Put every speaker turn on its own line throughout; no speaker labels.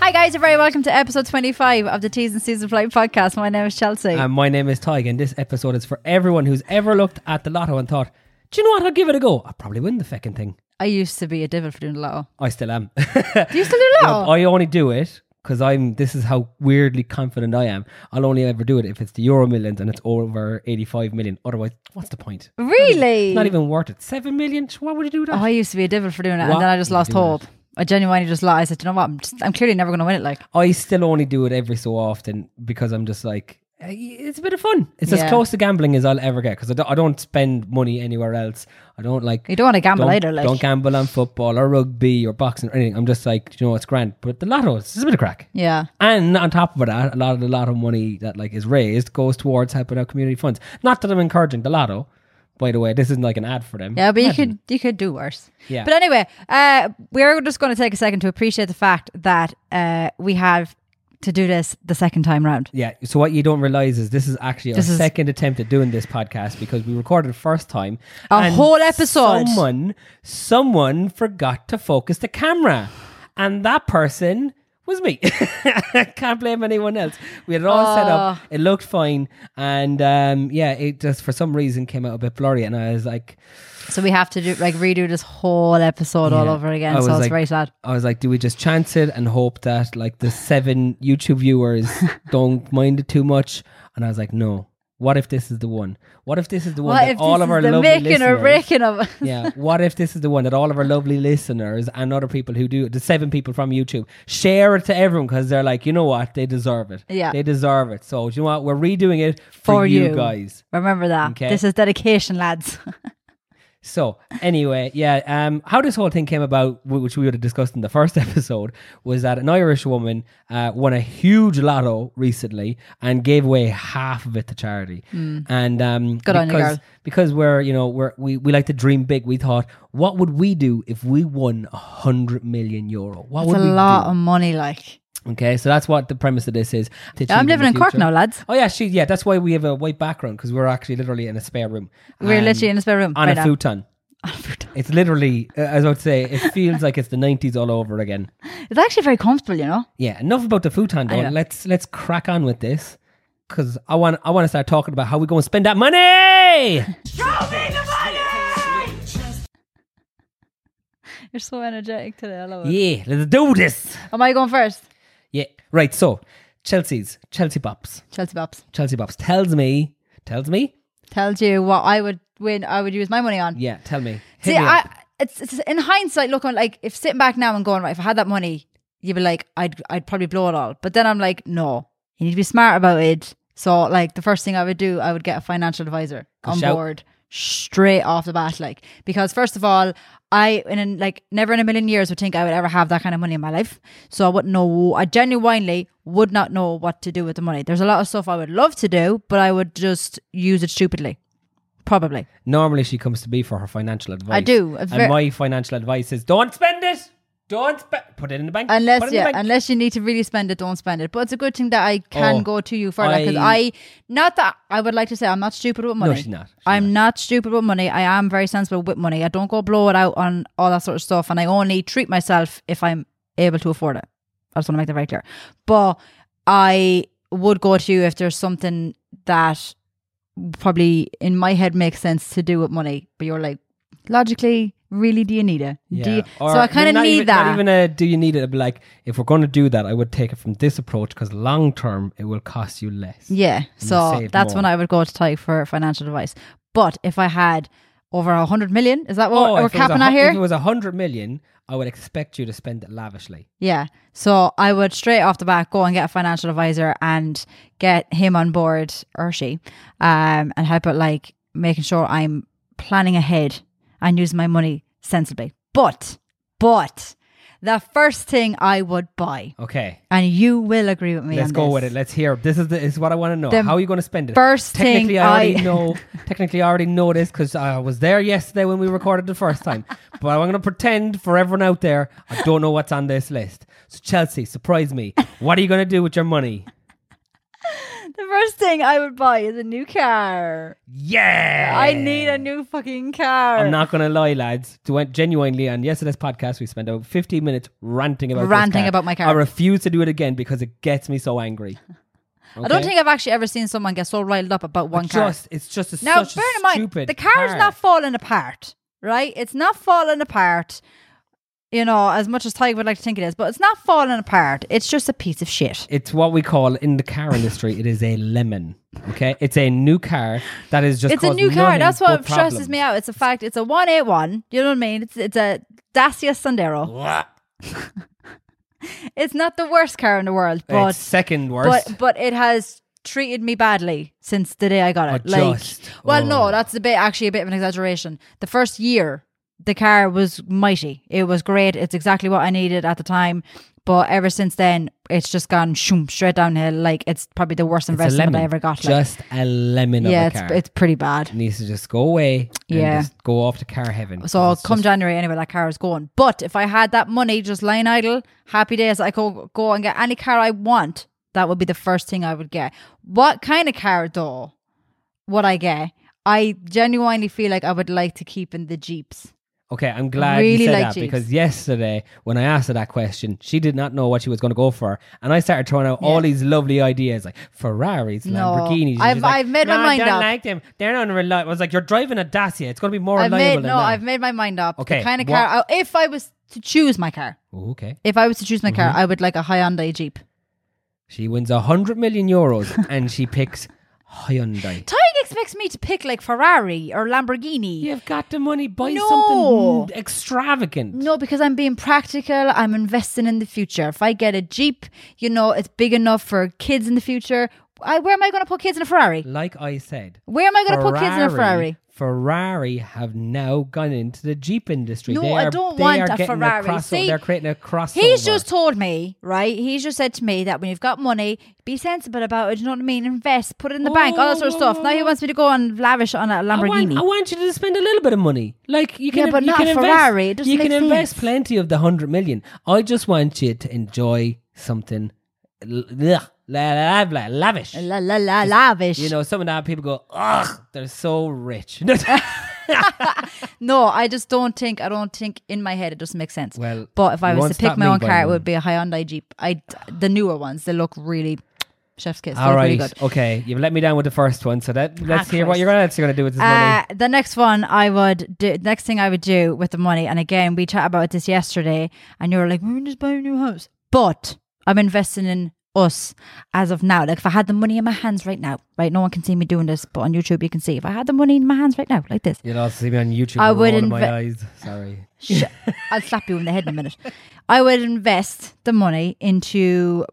Hi guys, you're very welcome to episode 25 of the Teas and Season Flight podcast. My name is Chelsea.
And my name is Tig, and this episode is for everyone who's ever looked at the lotto and thought, do you know what? I'll give it a go. I'll probably win the fucking thing.
I used to be a devil for doing the lotto.
I still am.
Do you still do lotto?
I only do it because I'm. This is how weirdly confident I am. I'll only ever do it if it's the Euro Millions and it's over eighty-five million. Otherwise, what's the point?
really?
It's not even worth it. Seven million. Why would you do that?
oh, I used to be a devil for doing it,
What
and then I just
would you
lost
do that?
hope. I genuinely just lied. I said, "You know what? I'm, just, I'm clearly never going to win it." Like,
I still only do it every so often because I'm just like, eh, it's a bit of fun. It's
Yeah.
as close to gambling as I'll ever get because I don't, I don't spend money anywhere else. I don't like.
You don't wanna gamble
don't-
either, like.
Don't gamble on football or rugby or boxing or anything. I'm just like, you know, it's grand. But the lotto, it's just a bit of crack.
yeah,
And on top of that, a lot of the lotto money that like is raised goes towards helping out community funds. Not that I'm encouraging the lotto. By the way, this isn't like an ad for them.
yeah, but you could you could do worse.
Yeah.
But anyway, uh, we're just going to take a second to appreciate the fact that uh, we have to do this the second time round.
Yeah. So what you don't realize is this is actually
This
our
is-
second attempt at doing this podcast because we recorded the first time
A whole episode.
Someone, someone forgot to focus the camera, and that person was me. Can't blame anyone else. We had it all set up.
Ah.
It looked fine, and um, yeah, it just for some reason came out a bit blurry, and I was like,
So we have to do like redo this whole episode all
Yeah.
over again.
I
So
was
it's
like-
very sad.
I was like, do we just chance it and hope that like the seven YouTube viewers don't mind it too much? And I was like, no. What if this is the one? What if this is the one
What
that
if
all
this
of
is
our
the
lovely
making or
listeners?
breaking of
yeah. What if this is the one that all of our lovely listeners and other people who do the seven people from YouTube share it to everyone because they're like, you know what, they deserve it.
Yeah.
they deserve it. So do you know what? We're redoing it for,
For
you
you.
guys.
Remember that.
Okay.
This is dedication, lads.
So anyway, yeah, um, how this whole thing came about, wh- which we would have discussed in the first episode, was that an Irish woman uh, won a huge lotto recently and gave away half of it to charity. And um,
Hmm. Good on you,
because-
girl.
Because we're you know we're, we we like to dream big. We thought, what would we do if we won a hundred million euro? What
It's a
would we
lot of money, like.
do? Okay, so that's what the premise of this is. to achieve
I'm living in
the
Cork
future.
now, lads.
Oh yeah, she yeah. That's why we have a white background because we're actually literally in a spare room.
We're
Um,
literally in a spare room.
on
right
a
now.
futon. It's literally, uh, as I would say, it feels like it's the nineties all over again.
It's actually very comfortable, you know?
Yeah, enough about the futon
I
though.
know.
Let's let's crack on with this because I want I want to start talking about how we going to spend that money.
You're so energetic today. I love it.
yeah, let's do this.
Am I going first?
Yeah, right. So Chelsea's Chelsea Bops,
Chelsea Bops
Chelsea Bops tells me, tells me,
tells you what I would win, I would use my money on.
yeah, tell me. Hit
See,
me up.
I, it's, it's in hindsight, looking like if sitting back now and going, right, if I had that money, you'd be like, I'd, I'd probably blow it all. But then I'm like, no, you need to be smart about it. So, like, the first thing I would do, I would get a financial advisor on
shout.
board straight off the bat. Like, because first of all, I, in, an- like, never in a million years would think I would ever have that kind of money in my life. So, I wouldn't know, I genuinely would not know what to do with the money. There's a lot of stuff I would love to do, but I would just use it stupidly. Probably.
Normally she comes to me for her financial advice.
do, a ver-
and my financial advice is don't spend it. Don't spend. Put it in the bank. Put it
Unless
in the
yeah,
bank.
unless you need to really spend it, don't spend it. But it's a good thing that I can
Oh,
go to you for that because I,
I-
not that I would like to say I'm not stupid with money.
she's not. She's
I'm not. stupid with money. I am very sensible with money. I don't go blow it out on all that sort of stuff, and I only treat myself if I'm able to afford it. I just want to make that very clear. But I would go to you if there's something that probably in my head makes sense to do with money, but you're like logically. Really, do you need it? Do you, so
or-
I kind of
not
need
even-
that.
Not even a do you need it? I'd be like, if we're going to do that, I would take it from this approach because long term it will cost you less.
Yeah. So
save
that's when
more.
I would go to Ty for financial advice. But if I had over a hundred million, is that what
Oh, if
we're
it was a
capping
hu-
at
If it
here?
was a hundred million, I would expect you to spend it lavishly.
Yeah. So I would straight off the bat go and get a financial advisor and get him on board or she, um, and help out like making sure I'm planning ahead and using my money sensibly. But but the first thing I would buy,
Okay,
and you will agree with me.
let's
on
go
this.
with it. Let's hear. This is the, this is what I want to know.
The
How are you going to spend it?
first thing
technically, I already
I-
know. Technically, I already know this because I was there yesterday when we recorded the first time. but I'm going to pretend for everyone out there, I don't know what's on this list. So Chelsea, surprise me. What are you going to do with your money?
The first thing I would buy is a new car.
Yeah.
I need a new fucking car.
I'm not going to lie, lads. To- Genuinely, on yesterday's podcast, we spent about 15 minutes ranting about this
Ranting
car.
about my car.
I refuse to do it again because it gets me so angry.
I don't think I've actually ever seen someone get so riled up about one car.
Just, it's just a,
Now,
such
bear
a
in mind,
stupid
the car's
car.
not falling apart, right? It's not falling apart, you know, as much as Tiger would like to think it is, but it's not falling apart. It's just a piece of shit.
It's what we call in the car industry. It is a lemon. Okay, it's a new car that is just.
It's a
caused
new car.
nothing
That's
but
what stresses me out. It's a fact. It's a 181. You know what I mean? It's, it's a Dacia Sandero.
problems.
It's not the worst car in the world,
it's
but
second worst.
but but it has treated me badly since the day I got it.
Oh,
like,
just.
well,
Oh.
no, that's a bit actually a bit of an exaggeration. The first year, the car was mighty. It was great. It's exactly what I needed at the time. But ever since then, it's just gone shoom, straight downhill. Like it's probably the worst
it's a
investment
lemon.
I ever got. Like,
Just a lemon
yeah,
of a
it's
car.
it's pretty bad.
It needs to just go away. and
Yeah.
just go off to car heaven.
So
Oh, It's
come
just-
January, anyway, that car is going. But if I had that money just lying idle, happy days, I could go and get any car I want. That would be the first thing I would get. What kind of car though would I get? I genuinely feel like I would like to keep in the Jeeps.
Okay, I'm glad
Really
you said
like
that
Jeeps.
because yesterday when I asked her that question, she did not know what she was going to go for, and I started throwing out all these lovely ideas like Ferraris,
No.
Lamborghinis. and
I've-
she's like,
I've made my
"No,
mind
I don't
up."
like them. They're not reliable. I was like, you're driving a Dacia. It's going to be more
I've
reliable
made
than
no,
that.
I've made my mind up.
Okay,
the kind of
what-
car. I, if I was to choose my car,
Oh, okay.
if I was to choose my
Mm-hmm.
car, I would like a Hyundai Jeep.
She wins a hundred million euros and she picks Hyundai.
Tyg expects me to pick like Ferrari or Lamborghini.
You've got the money, buy
No.
something extravagant.
No, because I'm being practical. I'm investing in the future. If I get a Jeep, you know, it's big enough for kids in the future. I, where am I going to put kids in a Ferrari?
Like I said,
Where am I going to put kids in a Ferrari?
Ferrari have now gone into the Jeep industry.
No,
They
I
are-
don't
they
want
are
a
getting
Ferrari.
crossover.
See,
they're creating a crossover.
He's just told me, right? He's just said to me that when you've got money, be sensible about it. You know what I mean? Invest, put it in the bank, all that sort of stuff. Now he wants me to go and lavish on a
I want,
Lamborghini.
I want you to spend a little bit of money. Like you can,
Yeah, but
you
not
can
a
invest,
Ferrari. It doesn't
you
make
can invest
sense.
plenty of the hundred million. I just want you to enjoy something l- ugh, la- la- la- lavish.
la la la lavish.
You know, some of that people go, ugh, they're so rich. No,
no, I just don't think. I don't think in my head it doesn't make sense.
Well,
but if I
you
was
won't
to pick
stop
my
me
own
by
car, it
now.
would be a Hyundai Jeep. I the newer ones they look really chef's kiss. They
All
look
right,
really good.
okay, you've let me down with the first one. So that let's hear what
Christ.
you're gonna else you're gonna do with this money.
Uh, the next one I would do. The next thing I would do with the money, and again we chat about this yesterday, and you were like, "We can just buy a new house," but I'm investing in us as of now. Like if I had the money in my hands right now, right? No one can see me doing this, but on YouTube you can see. If I had the money in my hands right now, like this,
You'll also see me on YouTube.
I
I
would
would my
inve-
eyes. Sorry.
Sh- I'll slap you in the head in a minute. I would invest the money into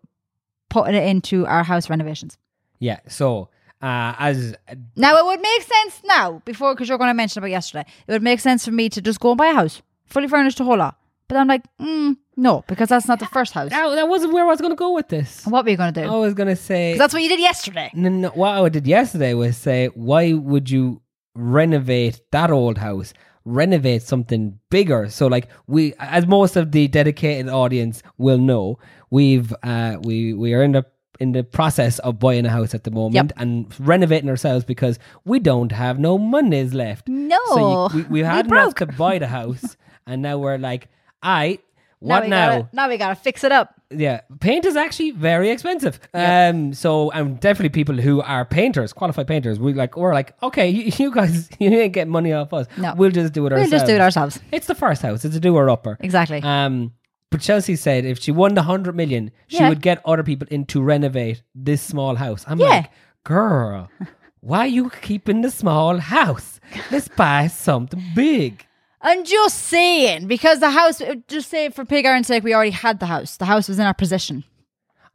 putting it into our house renovations.
Yeah. So uh, as
Now it would make sense now before because you're going to mention about yesterday. It would make sense for me to just go and buy a house, fully furnished, a whole lot. But I'm like, mm, no, because that's not the first house.
that, Oh, that wasn't where I was gonna go with this.
What were you going to do?
I was gonna say
'Cause that's what you did yesterday.
No, no, what I did yesterday was say, why would you renovate that old house? Renovate something bigger. So, like we, as most of the dedicated audience will know, we've uh, we we are in the in the process of buying a house at the moment and renovating ourselves because we don't have no monies left.
No,
so you, we, we had enough
broke.
to buy the house, and now we're like, I
Now
what
we
now?
Gotta, now we got to fix it up.
Yeah, paint is actually very expensive. Um, so and definitely people who are painters, qualified painters, we like we're like, okay, you, you guys, you ain't get money off us.
No.
we'll just do it
We'll
ourselves.
just do it ourselves.
It's the first house. It's a doer upper.
Exactly.
Um, but Chelsea said if she won the hundred million, she
Yeah.
would get other people in to renovate this small house. I'm
Yeah.
like, girl, why you keeping the small house? Let's buy something big.
I'm just saying because the house. Just say for pig iron's sake, we already had the house. The house was in our possession.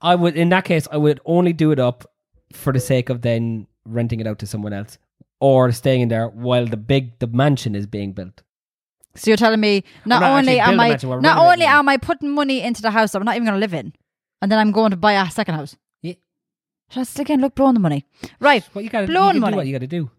I would, in that case, I would only do it up for the sake of then renting it out to someone else or staying in there while the big the mansion is being built.
So you're telling me not,
not
only
actually
am
building
I
mansion, we're
not only
renovating.
am I putting money into the house that I'm not even going to live in, and then I'm going to buy a second house.
Yeah.
Just again, look, blowing the money. Right,
What you got to do?
Blown money.
What you got to do?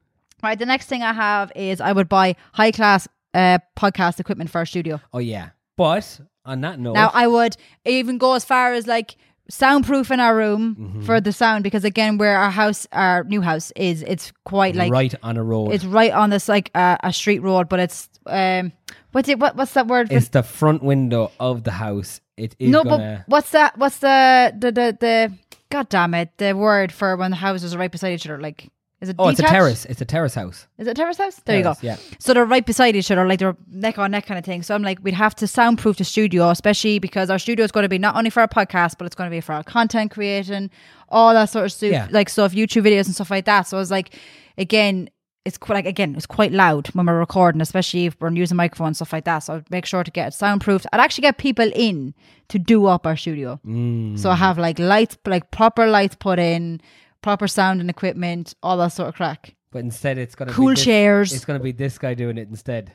right. The next thing I have is I would buy high class uh, podcast equipment for our studio.
Oh yeah, but on that note,
Now I would even go as far as like soundproof in our room for the sound because again, where our house, our new house is, it's quite like
right on a road.
it's
It's,
right on this like uh, a street road, but it's um, what's it? What, what's that word? for-
the front window of the house. It is
no,
gonna.
but what's that? What's the the the the? God damn it! The word for when the houses are right beside each other, like is it?
oh, it's a
detached?
terrace. It's a terrace house.
Is it terrace house? There
Terrace,
you go.
yeah.
So they're right beside each other, like they're neck on neck kind of thing. So I'm like, we'd have to soundproof the studio, especially because our studio is going to be not only for our podcast, but it's going to be for our content creating, all that sort of stuff,
Yeah.
like stuff, YouTube videos and stuff like that. So I was like, again, it's quite like again, it's quite loud when we're recording, especially if we're using microphones and stuff like that. So I'd make sure to get it soundproofed. I'd actually get people in to do up our studio.
Mm.
So I have like lights, like proper lights put in, proper sound and equipment, all that sort of crack.
But instead, it's gonna
Cool
be this,
chairs.
It's gonna be this guy doing it instead,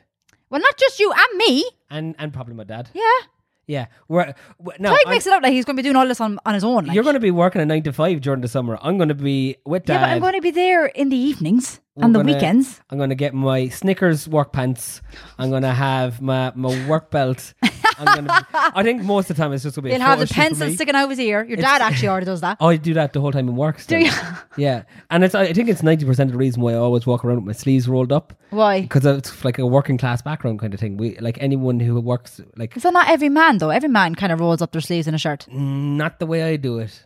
Well, not just you and me.
and and probably my dad.
Yeah.
Yeah, we're, we no.
Blake
I'm-
makes it up like he's going to be doing all this on, on his own. Like.
you're going to be working a nine to five during the summer. I'm going to be with dad.
yeah, but I'm going to be there in the evenings, on the
gonna-
weekends.
I'm going to get my Snickers work pants. I'm going to have my, my work belt. I'm gonna be, I think most of the time it's just going to be.
He'll
a
have the
photo shoot for
pencil
me.
sticking out of his ear. Your dad actually already does that.
Oh, I do that the whole time in work. Still.
you?
Yeah, and it's I think it's ninety percent of the reason why I always walk around with my sleeves rolled up
Why?
because it's like a working class background kind of thing. We like anyone who works like
Is that not every man though? Every man kind of rolls up their sleeves in a shirt.
not the way I do it.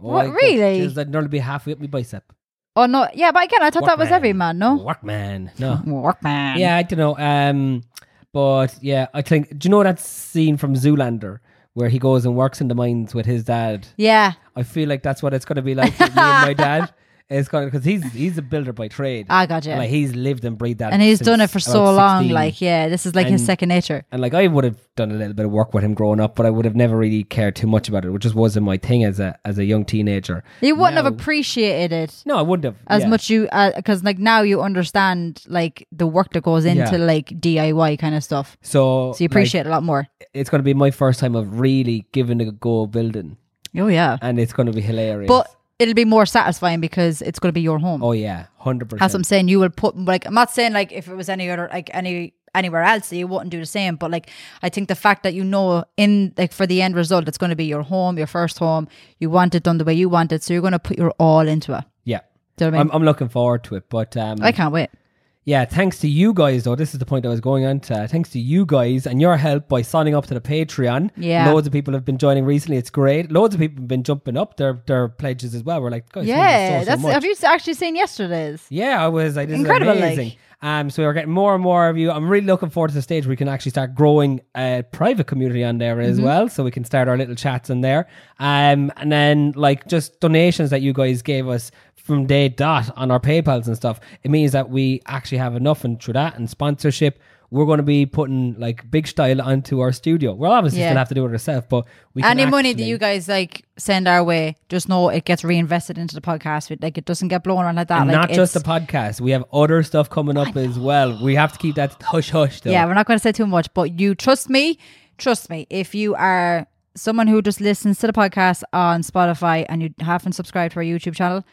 Oh,
What,
I could-
really?
Just, I'd nearly be halfway up my bicep.
Oh no, yeah, but again, I thought that was
Workman.
every man. No,
Workman. No.
workman.
Yeah, I don't know. Um, but yeah, I think. Do you know that scene from Zoolander where he goes and works in the mines with his dad?
yeah.
I feel like that's what it's going to be like for me and my dad. It's going because he's he's a builder by trade.
I got you.
Like he's lived and breathed that,
and he's done it
since
for
about
so long.
16.
Like, yeah, this is like his
And-
second nature.
And like I would have done a little bit of work with him growing up, but I would have never really cared too much about it, which just wasn't my thing as a as a young teenager.
You wouldn't
Now-
have appreciated it
No, I wouldn't have
as
yeah.
much you because like now you understand like the work that goes into
Yeah.
like DIY kind of stuff.
So,
So you
like,
appreciate it a lot more.
it's going to be my first time of really giving it a go building,
Oh yeah.
and it's going to be hilarious.
But it'll be more satisfying because it's going to be your home.
Oh yeah, hundred
That's what I'm
percent.
saying. You will put like I'm not saying like if it was any other like any anywhere else that you wouldn't do the same, but like I think the fact that you know in like for the end result it's going to be your home, your first home. You want it done the way you want it, so you're going to put your all into it.
Yeah,
Do you know what I
I'm,
mean?
I'm looking forward to it. But um,
I can't wait.
yeah, thanks to you guys though. This is the point I was going on to. Thanks to you guys and your help by signing up to the Patreon.
Yeah.
loads of people have been joining recently. It's great. Loads of people have been jumping up their their pledges as well. We're like, guys, thank you so,
Yeah,
so
that's
much.
have you actually seen yesterday's?
Yeah, I was. I did
Incredible, like.
amazing. Um, so we're getting more and more of you. I'm really looking forward to the stage where we can actually start growing a private community on there
Mm-hmm.
as well, so we can start our little chats in there. Um, and then like just donations that you guys gave us from day dot on our PayPal's and stuff. It means that we actually have enough, and through that and sponsorship, we're going to be putting like big style onto our studio. We'll obviously
Yeah.
still have to do it ourselves, but we can
Any money that
actually-
you guys like send our way, just know it gets reinvested into the podcast. It, like it doesn't get blown around like that.
And
like
not just the
it's-
podcast. We have other stuff coming up as well. We have to keep that hush hush though.
Yeah, we're not going to say too much, but you trust me, trust me. If you are someone who just listens to the podcast on Spotify and you haven't subscribed to our YouTube channel,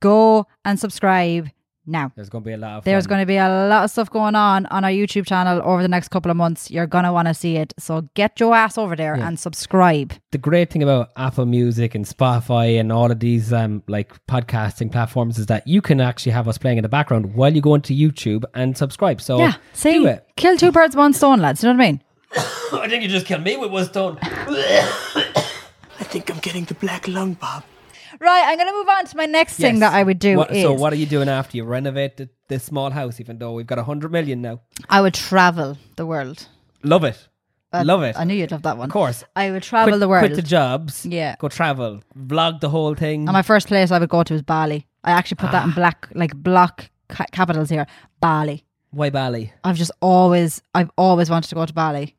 go and subscribe now.
There's going to be a lot of
There's
fun.
going to be a lot of stuff going on on our YouTube channel over the next couple of months. You're going to want to see it. So get your ass over there and subscribe.
the great thing about Apple Music and Spotify and all of these um like podcasting platforms is that you can actually have us playing in the background while you go into YouTube and subscribe. So
yeah, see,
do it.
kill two birds with one stone, lads. You know what I mean?
I think you just killed me with one stone.
I think I'm getting the black lung, Bob.
Right, I'm going to move on to my next thing that I would do
What,
is
so what are you doing after you renovate the, this small house? Even though we've got a hundred million now,
I would travel the world.
love it, love it.
I knew you'd love that one.
of course.
I would travel
quit,
the world.
Quit the jobs.
Yeah.
Go travel. Vlog the whole thing.
And my first place I would go to is Bali. I actually put that
Ah.
in black, like block ca- capitals here. Bali.
Why Bali?
I've just always, I've always wanted to go to Bali,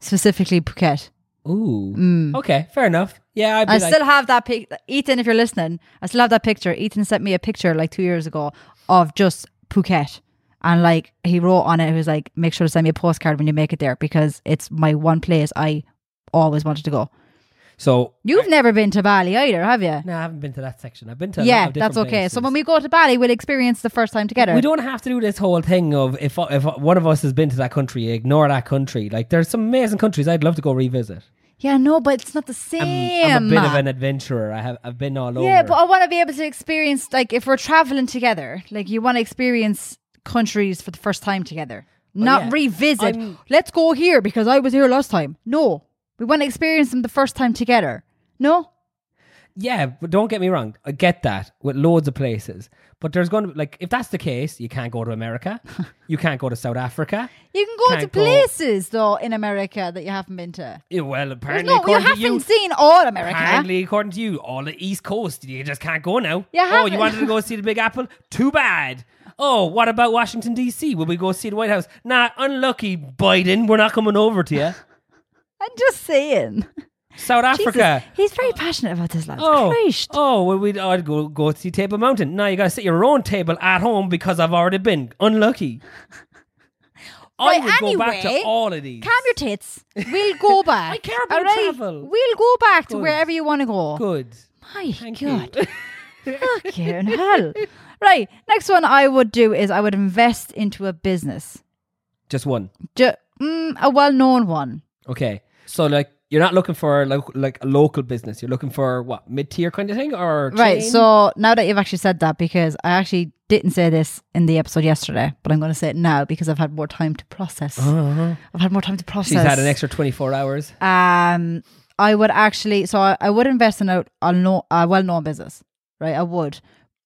specifically Phuket.
Ooh. Okay. Fair enough. Yeah. I'd
Mm.
be
I
like,
still have that pic. Ethan, if you're listening, I still have that picture. Ethan sent me a picture like two years ago of just Phuket. And like he wrote on it, he was like, make sure to send me a postcard when you make it there because it's my one place I always wanted to go.
so.
You've never been to Bali either, have you?
No, I haven't been to that section. I've been to. a lot
yeah,
of different
that's okay. So
places.
when we go to Bali, we'll experience the first time together.
We don't have to do this whole thing of if if one of us has been to that country, ignore that country. Like there's some amazing countries I'd love to go revisit.
Yeah, no, but it's not the
I'm,
same.
I'm a bit of an adventurer. I have I've been all over.
Yeah, but I want to be able to experience like if we're traveling together, like you want to experience countries for the first time together, not
Oh, yeah.
revisit.
I'm-
Let's go here because I was here last time. No, we want to experience them the first time together. No,
yeah, but don't get me wrong. I get that with loads of places. But there's going to like if that's the case, you can't go to America. you can't go to South Africa.
you can go
Can't
to
go.
places though in America that you haven't been to.
Yeah, Eh, well,
There's
apparently
no, you
according
haven't
to you,
seen all America.
apparently according to you, all the East Coast, you just can't go now.
You
oh, you
haven't.
wanted to go see the Big Apple? Too bad. Oh, what about Washington D.C.? Will we go see the White House? Nah, unlucky Biden. We're not coming over to you.
I'm just saying.
South Africa.
Jesus, he's very passionate about this lad.
Oh,
Christ.
oh, well, we'd I'd go go see Table Mountain. Now you gotta set your own table at home because I've already been unlucky. I
Right,
would go back to
anyway,
all of these.
Calm your tits. We'll go back.
I care about
all right?
travel.
We'll go back to
Good.
wherever you want to go.
Good.
My
Thank
God.
you.
Fucking hell. Right. Next one I would do is I would invest into a business,
Just one.
Ju- mm, a well known one.
Okay. So like you're not looking for like like a local business. You're looking for what mid tier kind of thing or
Right.
chain?
So now that you've actually said that, because I actually didn't say this in the episode yesterday, but I'm going to say it now because I've had more time to process. I've had more time to process.
Uh-huh. she's had an extra twenty four hours.
um, I would actually, so I, I would invest in a, a, no, a well-known business, right? I would,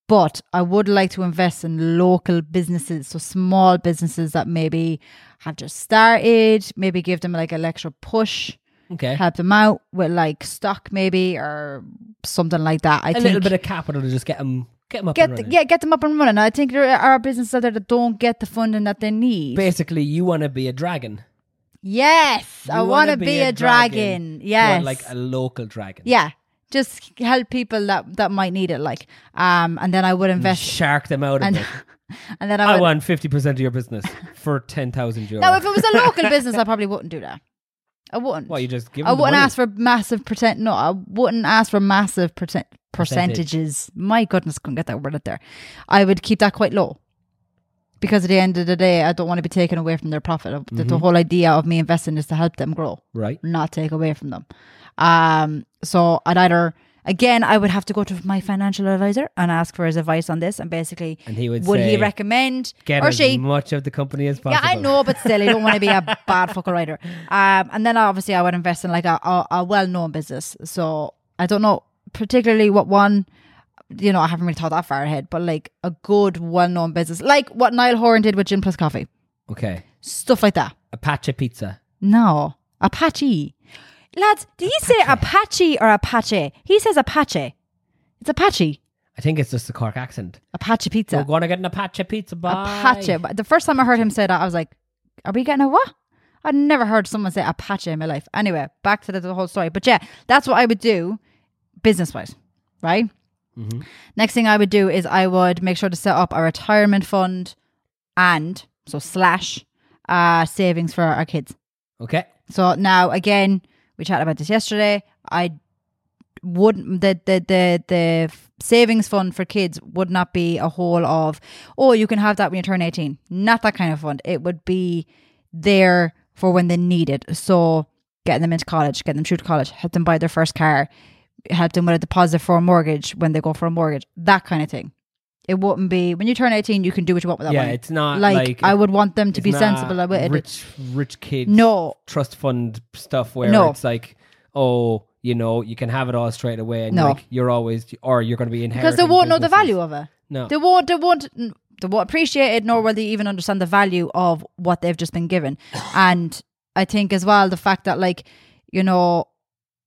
but I would like to invest in local businesses, so small businesses that maybe have just started, maybe give them like a extra push,
Okay.
help them out with like stock maybe or something like that. I
a
think
little bit of capital to just get them get them up and
get the,
running.
yeah, get them up and running. I think there are businesses out there that don't get the funding that they need.
Basically, you want to be a dragon.
yes, I
You
want
wanna
to be, a dragon. Yes,
but like a local dragon.
Yeah. Just help people that, that might need it, like, um, and then I would invest,
shark them out of
and
it.
and then I
I
would.
want fifty percent of your business for ten thousand euros.
now, if it was a local business, I probably wouldn't do that. I wouldn't.
Well, you just give.
I
them the
wouldn't
money.
ask for massive percent. No, I wouldn't ask for massive percent
Percentage.
percentages. My goodness, couldn't get that word out there. I would keep that quite low because at the end of the day, I don't want to be taken away from their profit. The,
Mm-hmm.
the whole idea of me investing is to help them grow.
Right.
not take away from them. Um, so I'd either again I would have to go to my financial advisor and ask for his advice on this, and basically,
And he would
he
say,
recommend
Get
or
as
she?
much of the company as
Yeah,
possible.
I know, but still, I don't want to be a bad fucker either. Um, and then obviously I would invest in like a, a, a well known business. So I don't know particularly what one. You know, I haven't really thought that far ahead, but like a good, well known business, like what Niall Horan did with Gin Plus Coffee,
Okay.
stuff like that.
Apache Pizza.
No, Apache. Lads, did he say Apache or Apache? He says Apache. It's Apache.
I think it's just the Cork accent.
Apache
We're
pizza.
gonna get an Apache pizza. Bye.
Apache. But The first time I heard him say that, I was like, are we getting a what? I'd never heard someone say Apache in my life. Anyway, back to the, the whole story. But yeah, that's what I would do business wise, right? Next thing I would do is I would make sure to set up a retirement fund and, so slash, uh, savings for our kids.
Okay.
So now again, we chatted about this yesterday. I wouldn't the the the the savings fund for kids would not be a whole of oh you can have that when you turn 18 not that kind of fund it would be there for when they need it so getting them into college getting them through to college help them buy their first car help them with a deposit for a mortgage when they go for a mortgage that kind of thing it wouldn't be when you turn 18 you can do what you want with that
yeah,
money
it's not
like,
like,
i would want them to
it's
be
not
sensible about it
Rich, rich kids.
no
Trust fund stuff where
No.
it's like, oh, you know, you can have it all straight away, and
No.
like you're always, or you're going to be inheriting
because they won't know the
businesses.
value of it.
No.
They won't. They won't. They won't appreciate it, nor will they even understand the value of what they've just been given. And I think as well the fact that like you know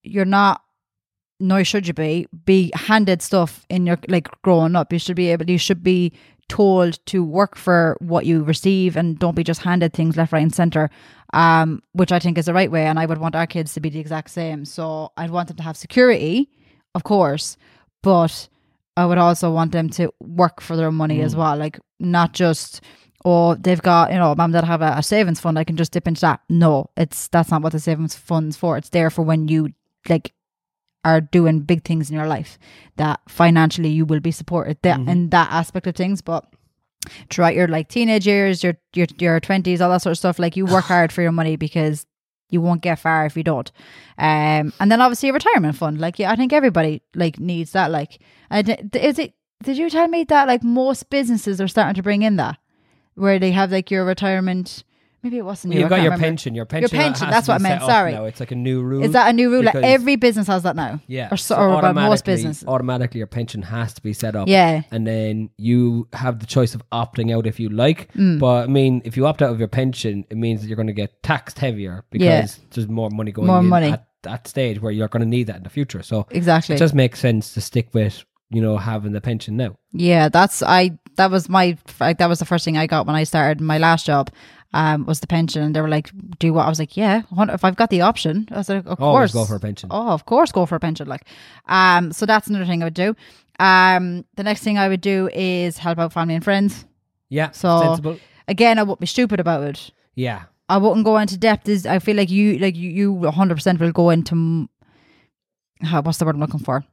you're not nor should you be be handed stuff in your like growing up. You should be able. You should be told to work for what you receive and don't be just handed things left right and center um which i think is the right way and i would want our kids to be the exact same so i'd want them to have security of course but I would also want them to work for their money as well, like not just oh they've got you know mom that have a, a savings fund I can just dip into that. No, it's that's not what the savings fund's for. It's there for when you like are doing big things in your life that financially you will be supported that
Mm-hmm.
in that aspect of things, but throughout your like teenage years, your your your twenties, all that sort of stuff, like you work hard for your money because you won't get far if you don't. Um, and then obviously a retirement fund. Like yeah, I think everybody like needs that. Like, and th- is it? Did you tell me that like most businesses are starting to bring in that where they have like your retirement? Maybe it wasn't you. I
You've got
can't
your
remember.
pension. Your pension.
pension,
has
that's
to
what
be
I meant,
set up
sorry.
Now it's like a new rule.
Is that a new rule? Like
Because-
every business has that now.
Yeah.
Or, so, or about most
automatically-
businesses.
Automatically, your pension has to be set up.
Yeah.
And then you have the choice of opting out if you like.
Mm.
But I mean, if you opt out of your pension, it means that you're going to get taxed heavier because
Yeah.
there's more money going
More
in
money.
at that stage where you're going to need that in the future. So
Exactly.
it just makes sense to stick with, you know, having the pension now.
Yeah, that's I. That was my. Like, that was the first thing I got when I started my last job. Um, was the pension, and they were like, "Do what?" I was like, "Yeah, hun- if I've got the option, I was like, of
Always
course,
go for a pension.
Oh, of course, go for a pension. Like, um, so that's another thing I would do. Um, the next thing I would do is help out family and friends.
Yeah.
So
sensible.
again, I won't be stupid about it.
Yeah.
I wouldn't go into depth. Is I feel like you, like you, you, one hundred percent will go into m- how, what's the word I'm looking for?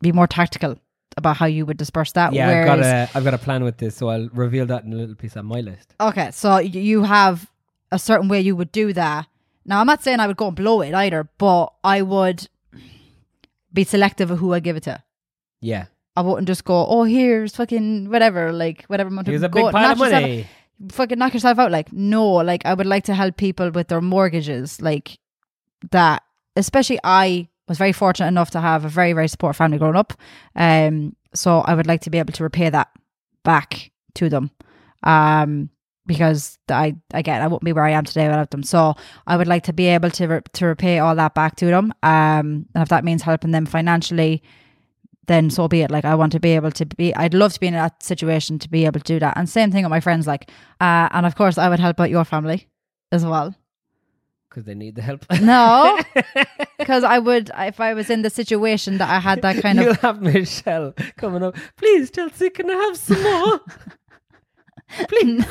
Be more tactical about how you would disperse that.
Yeah, I've got
whereas-
a I've got a plan with this, so I'll reveal that in a little piece on my list.
Okay, so y- you have a certain way you would do that. Now, I'm not saying I would go and blow it either, but I would be selective of who I give it to.
Yeah,
I wouldn't just go, oh, here's fucking whatever, like whatever amount
here's
of
a big
go-
pile
knock
of
yourself-
money.
fucking knock yourself out. Like, no, like I would like to help people with their mortgages, like that. Especially, I was very fortunate enough to have a very, very supportive family growing up. Um, so I would like to be able to repay that back to them. Um, because I again I wouldn't be where I am today without them. So I would like to be able to re- to repay all that back to them. Um, and if that means helping them financially, then so be it. Like I want to be able to be, I'd love to be in that situation to be able to do that. And same thing with my friends, like, uh, and of course I would help out your family as well.
because they need the help.
No, because I would if I was in the situation that I had that kind
You'll
of.
have Michelle coming up. Please, Chelsea, can I have some more?
Please.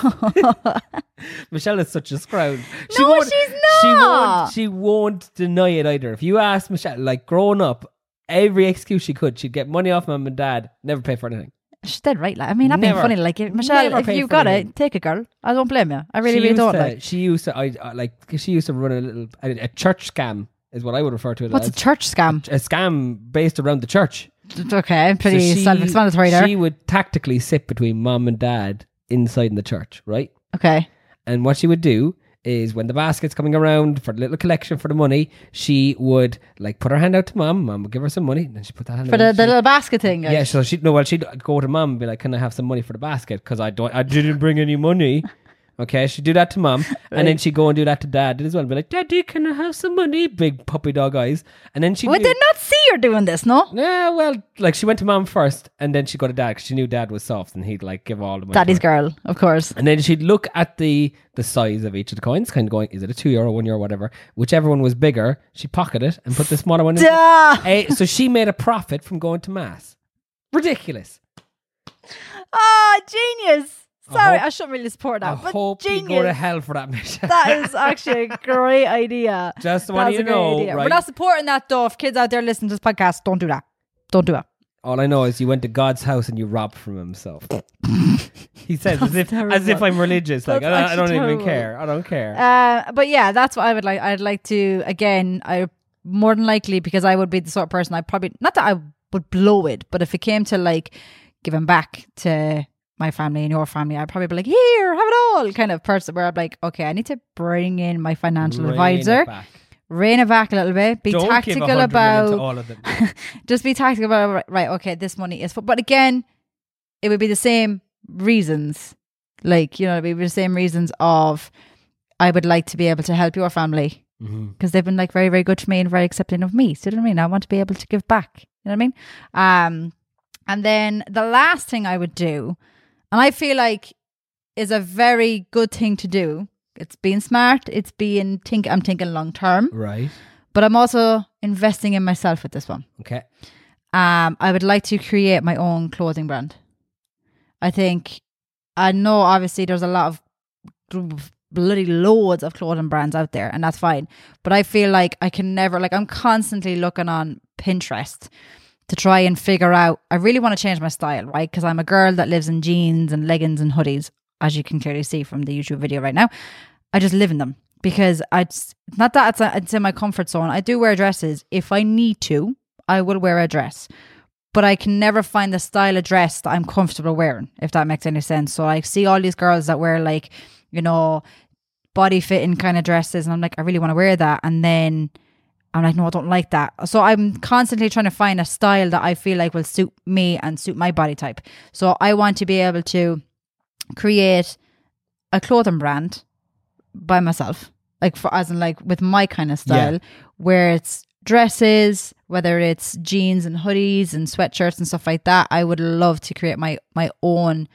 Michelle is such a scrounge. She
No,
won't-
she's
She
not.
won't, she won't deny it either. If you ask Michelle, like growing up, every excuse she could, she'd get money off mum and dad, never pay for anything.
She's dead right. Like I mean, I'm being
Never.
funny. Like if- Michelle,
Never
if
pay
you
for
got
anything.
it, take it, girl. I don't blame you. I really,
she
really
used
don't.
to,
like
She used to, I, I like, 'cause she used to run a little a, a church scam, is what I would refer to it
what's a
as.
church scam?
a scam based around the church.
Okay,
So
pretty
she-
self-explanatory there.
She would tactically sit between mom and dad inside in the church, right?
okay,
And what she would do is when the basket's coming around for the little collection for the money, she would like put her hand out to mom. Mom would give her some money, and then she put that hand
for
away.
the, the
She-
little basket thing.
yeah, so she'd no. Well, she'd go to mom and be like, "Can I have some money for the basket? Because I don't, I didn't bring any money." Okay, she'd do that to mom, and then she'd go and do that to dad as well. Be like, "Daddy, can I have some money?" Big puppy dog eyes, and then she
would they not see you're doing this? No,
yeah, well, like she went to mom first, and then she got to dad because she knew dad was soft, and he'd like give all the money. to
daddy's
her.
girl, of course.
And then she'd look at the the size of each of the coins, kind of going, is it a two euro, one euro, whatever. Whichever one was bigger, she'd pocket it and put the smaller one in.
Duh.
Eh, so she made a profit from going to mass. Ridiculous.
Ah, genius.
I
Sorry, I,
hope-
shouldn't really support
I
that, but
hope you go to
genius.
hell for that mission.
That is actually a great idea.
Just want
That's
you
a
to
great
know,
idea. We're
right?
not supporting that though. If kids out there listening to this podcast, don't do that. Don't do it.
All I know is you went to God's house and you robbed from him. So he says as if as if
terrible.
I'm religious. Like
That's
I don't, I
actually
don't
terrible.
even care. I don't care.
Uh, but yeah, that's what I would like. I'd like to again. I more than likely because I would be the sort of person I probably not that I would blow it, but if it came to like giving back to my family and your family, I'd probably be like, here, have it all, kind of person. Where I'm like, okay, I need to bring in my financial
Rein it
advisor,
back.
rein it back a little bit, be
Don't give
tactical
100 million to
about
all of them.
just be tactical about right, right, okay this money is for but again it would be the same reasons like you know it would be the same reasons of i would like to be able to help your family
Mm-hmm.
because they've been like very very good to me and very accepting of me so you know what i mean i want to be able to give back you know what i mean um and then the last thing i would do and i feel like is a very good thing to do it's being smart it's being think i'm thinking long term
Right.
but i'm also investing in myself with this one
Okay.
um, I would like to create my own clothing brand. I think I know obviously there's a lot of gl- bloody loads of clothing brands out there and that's fine. But I feel like I can never like I'm constantly looking on Pinterest to try and figure out I really want to change my style, right? Because I'm a girl that lives in jeans and leggings and hoodies, as you can clearly see from the YouTube video right now. I just live in them. because I it's not that it's, uh, it's in my comfort zone. I do wear dresses if I need to. I will wear a dress, but I can never find the style of dress that I'm comfortable wearing. If that makes any sense. So I see all these girls that wear like you know body fitting kind of dresses, and I'm like, I really want to wear that, and then. I'm like, no, I don't like that. So I'm constantly trying to find a style that I feel like will suit me and suit my body type. So I want to be able to create a clothing brand by myself, like for as in like with my kind of style, where it's dresses, whether it's jeans and hoodies and sweatshirts and stuff like that. I would love to create my my own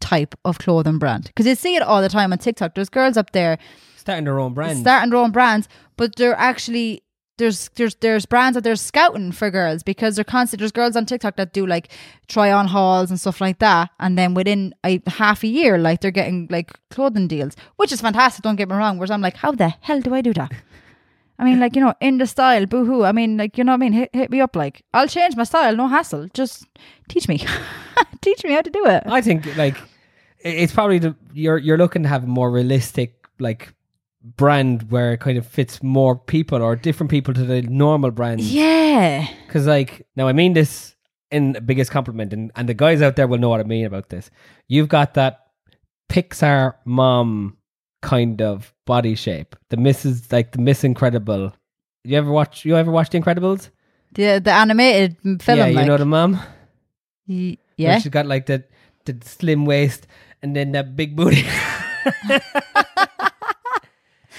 type of clothing brand because you see it all the time on TikTok. There's girls up there
Starting their own brand.
starting their own brands, but they're actually there's there's there's brands that they're scouting for girls because they're constant. There's girls on TikTok that do like try on hauls and stuff like that, and then within a half a year, like they're getting like clothing deals, which is fantastic. Don't get me wrong. Whereas I'm like, how the hell do I do that? I mean, like you know, in the style, boohoo. I mean, like you know what I mean. Hit, hit me up, like I'll change my style, no hassle. Just teach me, teach me how to do it.
I think like i- it's probably the you're you're looking to have a more realistic like brand where it kind of fits more people or different people to the normal brand.
Yeah,
Because like now I mean this in the biggest compliment and, and the guys out there will know what I mean about this. You've got that Pixar mom kind of body shape. The Mrs. like the Miss Incredible. You ever watch you ever watch The Incredibles?
the the animated film.
yeah, you
like,
know the mom?
Y-
Where
yeah.
she's got like the, the slim waist and then that big booty.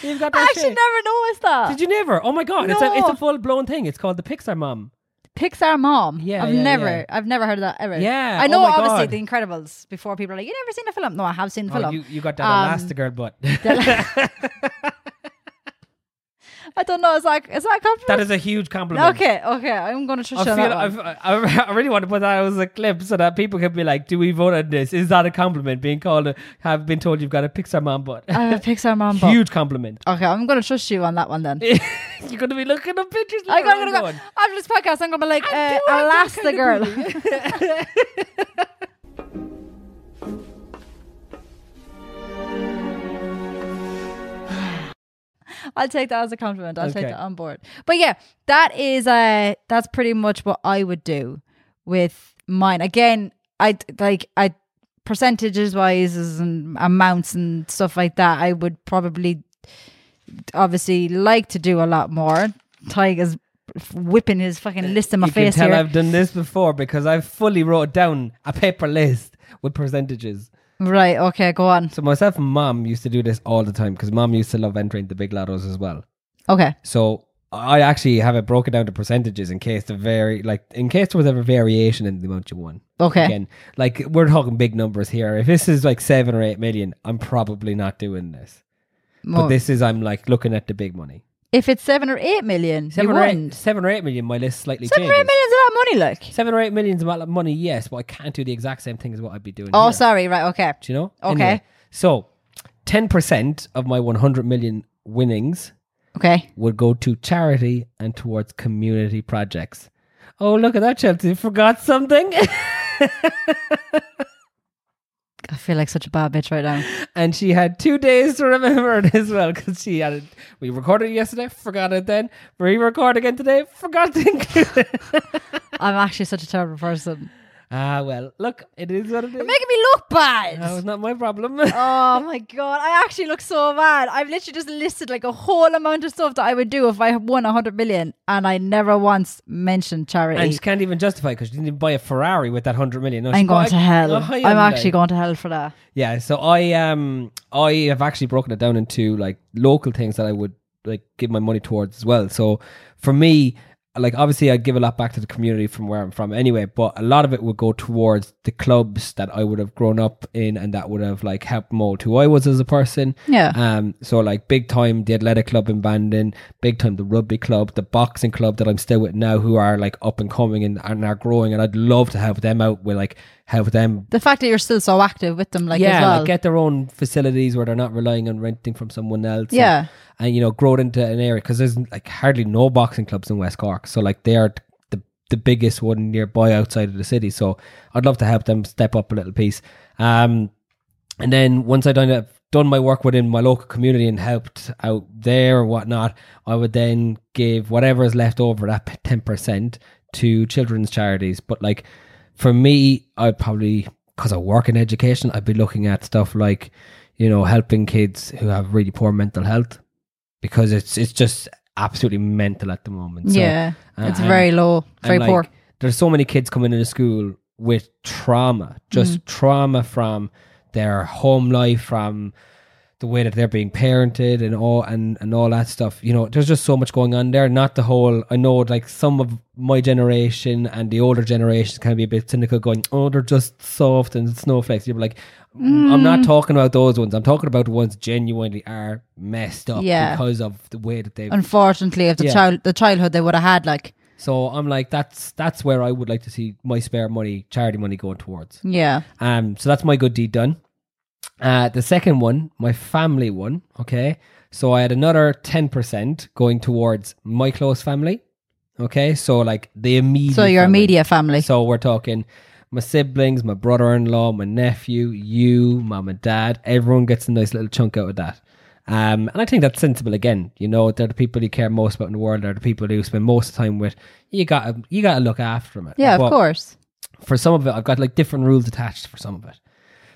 You've got
I
that
actually
shape.
never noticed that.
Did you never? Oh my god, it's a
No.
it's a full blown thing. It's called the Pixar Mom.
Pixar mom.
Yeah,
I've
yeah,
never,
yeah.
I've never heard of that ever.
Yeah,
I
oh
know.
my
obviously,
God.
The Incredibles. Before people are like, you never seen the film? No, I have seen the
Oh,
film.
you, you got that
Um,
Elastigirl butt.
I don't know. Is that is that a
that
compliment?
is a huge compliment.
okay, okay. I'm going to
I
shut
feel
that one.
I've, I, I really want to put that as a clip so that people can be like, "Do we vote on this? Is that a compliment? Being called, a, have been told you've got a Pixar mom butt,
I have a Pixar mom. But,
huge compliment."
okay, I'm going to trust you on that one then.
You're gonna be looking at pictures.
I'm
later on
going to go
going,
after this podcast. I'm going to be like uh,
want that kind of
Elastigirl. I'll take that as a compliment. I'll
Okay.
take that on board. But yeah, that is uh that's pretty much what I would do with mine. Again, I like I percentages wise and amounts and stuff like that. I would probably obviously like to do a lot more. Tiger's whipping his fucking list in my
Uh, you
face
can tell
here.
I've done this before because I've fully wrote down a paper list with percentages.
right, okay, go on.
So myself and mom used to do this all the time because mom used to love entering the big lottos as well.
Okay.
So I actually have it broken down to percentages in case the very like in case there was ever variation in the amount you won.
Okay.
Again, like we're talking big numbers here. If this is like seven or eight million, I'm probably not doing this. But
Well,
this is I'm like looking at the big money.
if it's seven or eight million,
Seven
you
or
wouldn't.
eight, seven or eight million. My list slightly
Seven or
changes.
eight million's a lot of money, like.
Seven or eight million is a lot of money, yes, but I can't do the exact same thing as what I'd be doing.
Oh,
here.
sorry, right, okay.
Do you know?
Okay.
so, ten percent of my one hundred million winnings
Okay.
would go to charity and towards community projects. Oh, look at that, Chelsea! You forgot something.
I feel like such a bad bitch right now.
and she had two days to remember it as well because she had it. We recorded it yesterday, forgot it then. Re-record again today, forgot to include it.
I'm actually such a terrible person.
ah, well, look, it is what it is.
Making me look bad.
That was not my problem.
Oh my god, I actually look so bad. I've literally just listed like a whole amount of stuff that I would do if I won 100 million, and I never once mentioned charity.
And she can't even justify because she didn't even buy a Ferrari with that hundred million. No, she
I'm going
bought
to
a-
hell.
a
I'm
Hyundai.
actually going to hell for that.
Yeah, so I um I have actually broken it down into like local things that I would like give my money towards as well. So for me, like obviously I'd give a lot back to the community from where I'm from anyway, but a lot of it would go towards the clubs that I would have grown up in and that would have like helped mold who I was as a person.
Yeah.
Um so like big time the athletic club in Bandon, big time the rugby club, the boxing club that I'm still with now who are like up and coming and, and are growing and I'd love to help them out with like help them
The fact that you're still so active with them, like
yeah,
as well.
like get their own facilities where they're not relying on renting from someone else. and-
Yeah.
and, you know, grow it into an area because there's like hardly no boxing clubs in West Cork, so like they are t- the the biggest one nearby outside of the city. So I'd love to help them step up a little piece. Um, and then once I done that, done my work within my local community and helped out there or whatnot, I would then give whatever is left over that ten percent to children's charities. But like for me, I'd probably because I work in education, I'd be looking at stuff like you know helping kids who have really poor mental health because it's it's just absolutely mental at the moment. So,
yeah, it's
and-
very low,
and,
very
Uh, like,
poor.
There's so many kids coming into school with trauma,
Mm-hmm.
just trauma from their home life, from the way that they're being parented and all and, and all that stuff. You know, there's just so much going on there. Not the whole I know like some of my generation and the older generations can be a bit cynical going, Oh, they're just soft and snowflakes. You're like "Mm, I'm
Mm.
not talking about those ones. I'm talking about the ones genuinely are messed up
Yeah.
because of the way that they've
Unfortunately, of the
Yeah.
child, the childhood they would have had, like
so I'm like, that's that's where I would like to see my spare money, charity money, going towards.
yeah,
Um, so that's my good deed done. Uh, the second one, my family one. Okay, so I had another ten percent going towards my close family. Okay, so like the immediate.
so your
family.
immediate family,
So we're talking my siblings, my brother-in-law, my nephew, you, mom and dad. Everyone gets a nice little chunk out of that. Um, and I think that's sensible. Again, you know, they're the people you care most about in the world. They're the people you spend most of the time with. You got to you got to look after them.
yeah, of
But
course,
For some of it, I've got like different rules attached for some of it.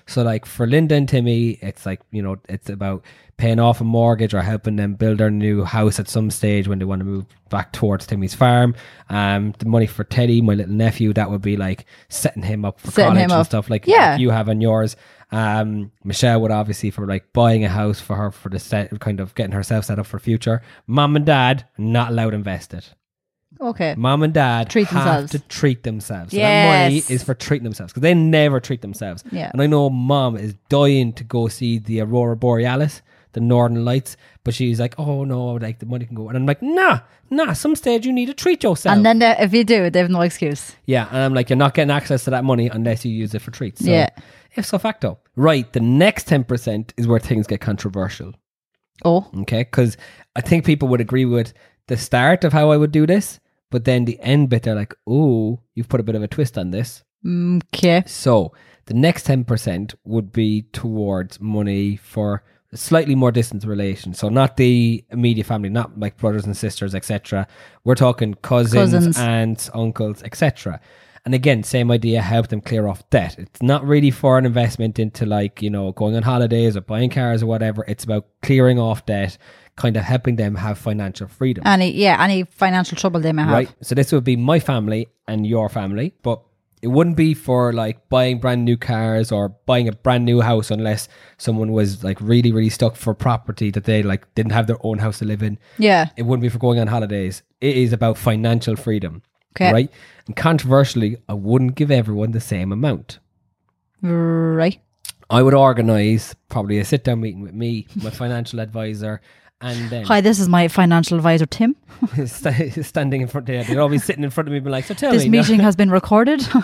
So like for Linda and Timmy, it's like you know, it's about paying off a mortgage or helping them build their new house at some stage when they want to move back towards Timmy's farm. Um, the money for Teddy, my little nephew, that would be like setting him up for
Setting
college
him
and
up.
stuff like
Yeah.
like you have on yours. Um, Michelle would obviously for like buying a house for her for the set, kind of getting herself set up for future. Mom and dad not allowed invested.
okay,
Mom and dad
Treat
have
themselves.
to treat themselves. So that money
Yes.
is for treating themselves because they never treat themselves.
Yeah.
And I know mom is dying to go see the aurora borealis, the northern lights, but she's like, "Oh no, like the money can go." And I'm like, "Nah, nah. Some stage you need to treat yourself."
and then they, if you do, they have no excuse.
yeah, and I'm like, "You're not getting access to that money unless you use it for treats." So,
Yeah.
If so facto, right? The next ten percent is where things get controversial.
Oh,
Okay, because I think people would agree with the start of how I would do this, but then the end bit, they're like, "Oh, you've put a bit of a twist on this."
okay,
So the next ten percent would be towards money for slightly more distant relations. So not the immediate family, not like brothers and sisters, etc. We're talking cousins,
Cousins.
aunts, uncles, etc. And again, same idea, help them clear off debt. It's not really for an investment into like, you know, going on holidays or buying cars or whatever. It's about clearing off debt, kind of helping them have financial freedom.
any yeah, any financial trouble they may have,
Right. So this would be my family and your family, but it wouldn't be for like buying brand new cars or buying a brand new house unless someone was like really, really stuck for property that they like didn't have their own house to live in.
yeah,
It wouldn't be for going on holidays. It is about financial freedom.
'Kay.
Right. And controversially, I wouldn't give everyone the same amount.
right,
I would organize probably a sit down meeting with me, my financial advisor, and then
hi, this is my financial advisor Tim.
st- standing in front of they'd all be sitting in front of me, being like, "So tell
This
me, now-
meeting has been recorded.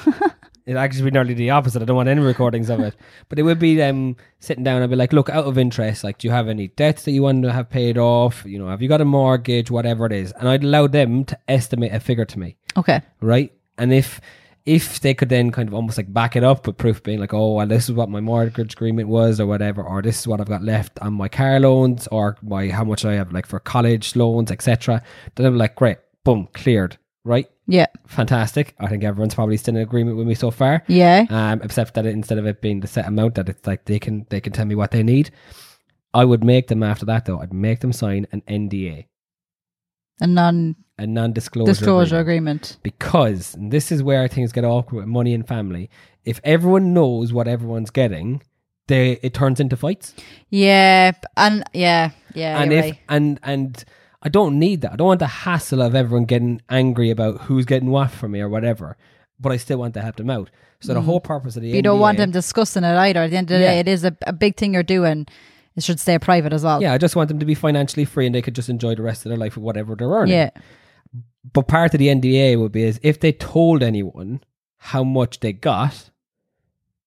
It'd actually be nearly the opposite. I don't want any recordings of it. But it would be them sitting down and be like, look, out of interest, like, do you have any debts that you want to have paid off? You know, have you got a mortgage? Whatever it is. And I'd allow them to estimate a figure to me,
okay,
right? And if if they could then kind of almost like back it up with proof being like, oh, well, this is what my mortgage agreement was or whatever, or this is what I've got left on my car loans or my how much I have like for college loans, etc. Then I'm like, great, boom, cleared, right?
yeah,
Fantastic. I think everyone's probably still in agreement with me so far
yeah,
um, except that instead of it being the set amount that it's like they can they can tell me what they need. I would make them after that though. I'd make them sign an NDA,
a non-disclosure
a non-disclosure agreement.
agreement.
because and this is where things get awkward with money and family. If everyone knows what everyone's getting, they it turns into fights.
Yeah, p- and yeah, yeah,
and
you're
if
right.
and and I don't need that. I don't want the hassle of everyone getting angry about who's getting what from me or whatever. But I still want to help them out. So the whole purpose of the
Mm. you don't want
NDA
them discussing it either. At the end of the
Yeah.
day, it is a, a big thing you're doing. It should stay private as well.
Yeah, I just want them to be financially free and they could just enjoy the rest of their life with whatever they're earning.
yeah,
But part of the NDA would be is if they told anyone how much they got,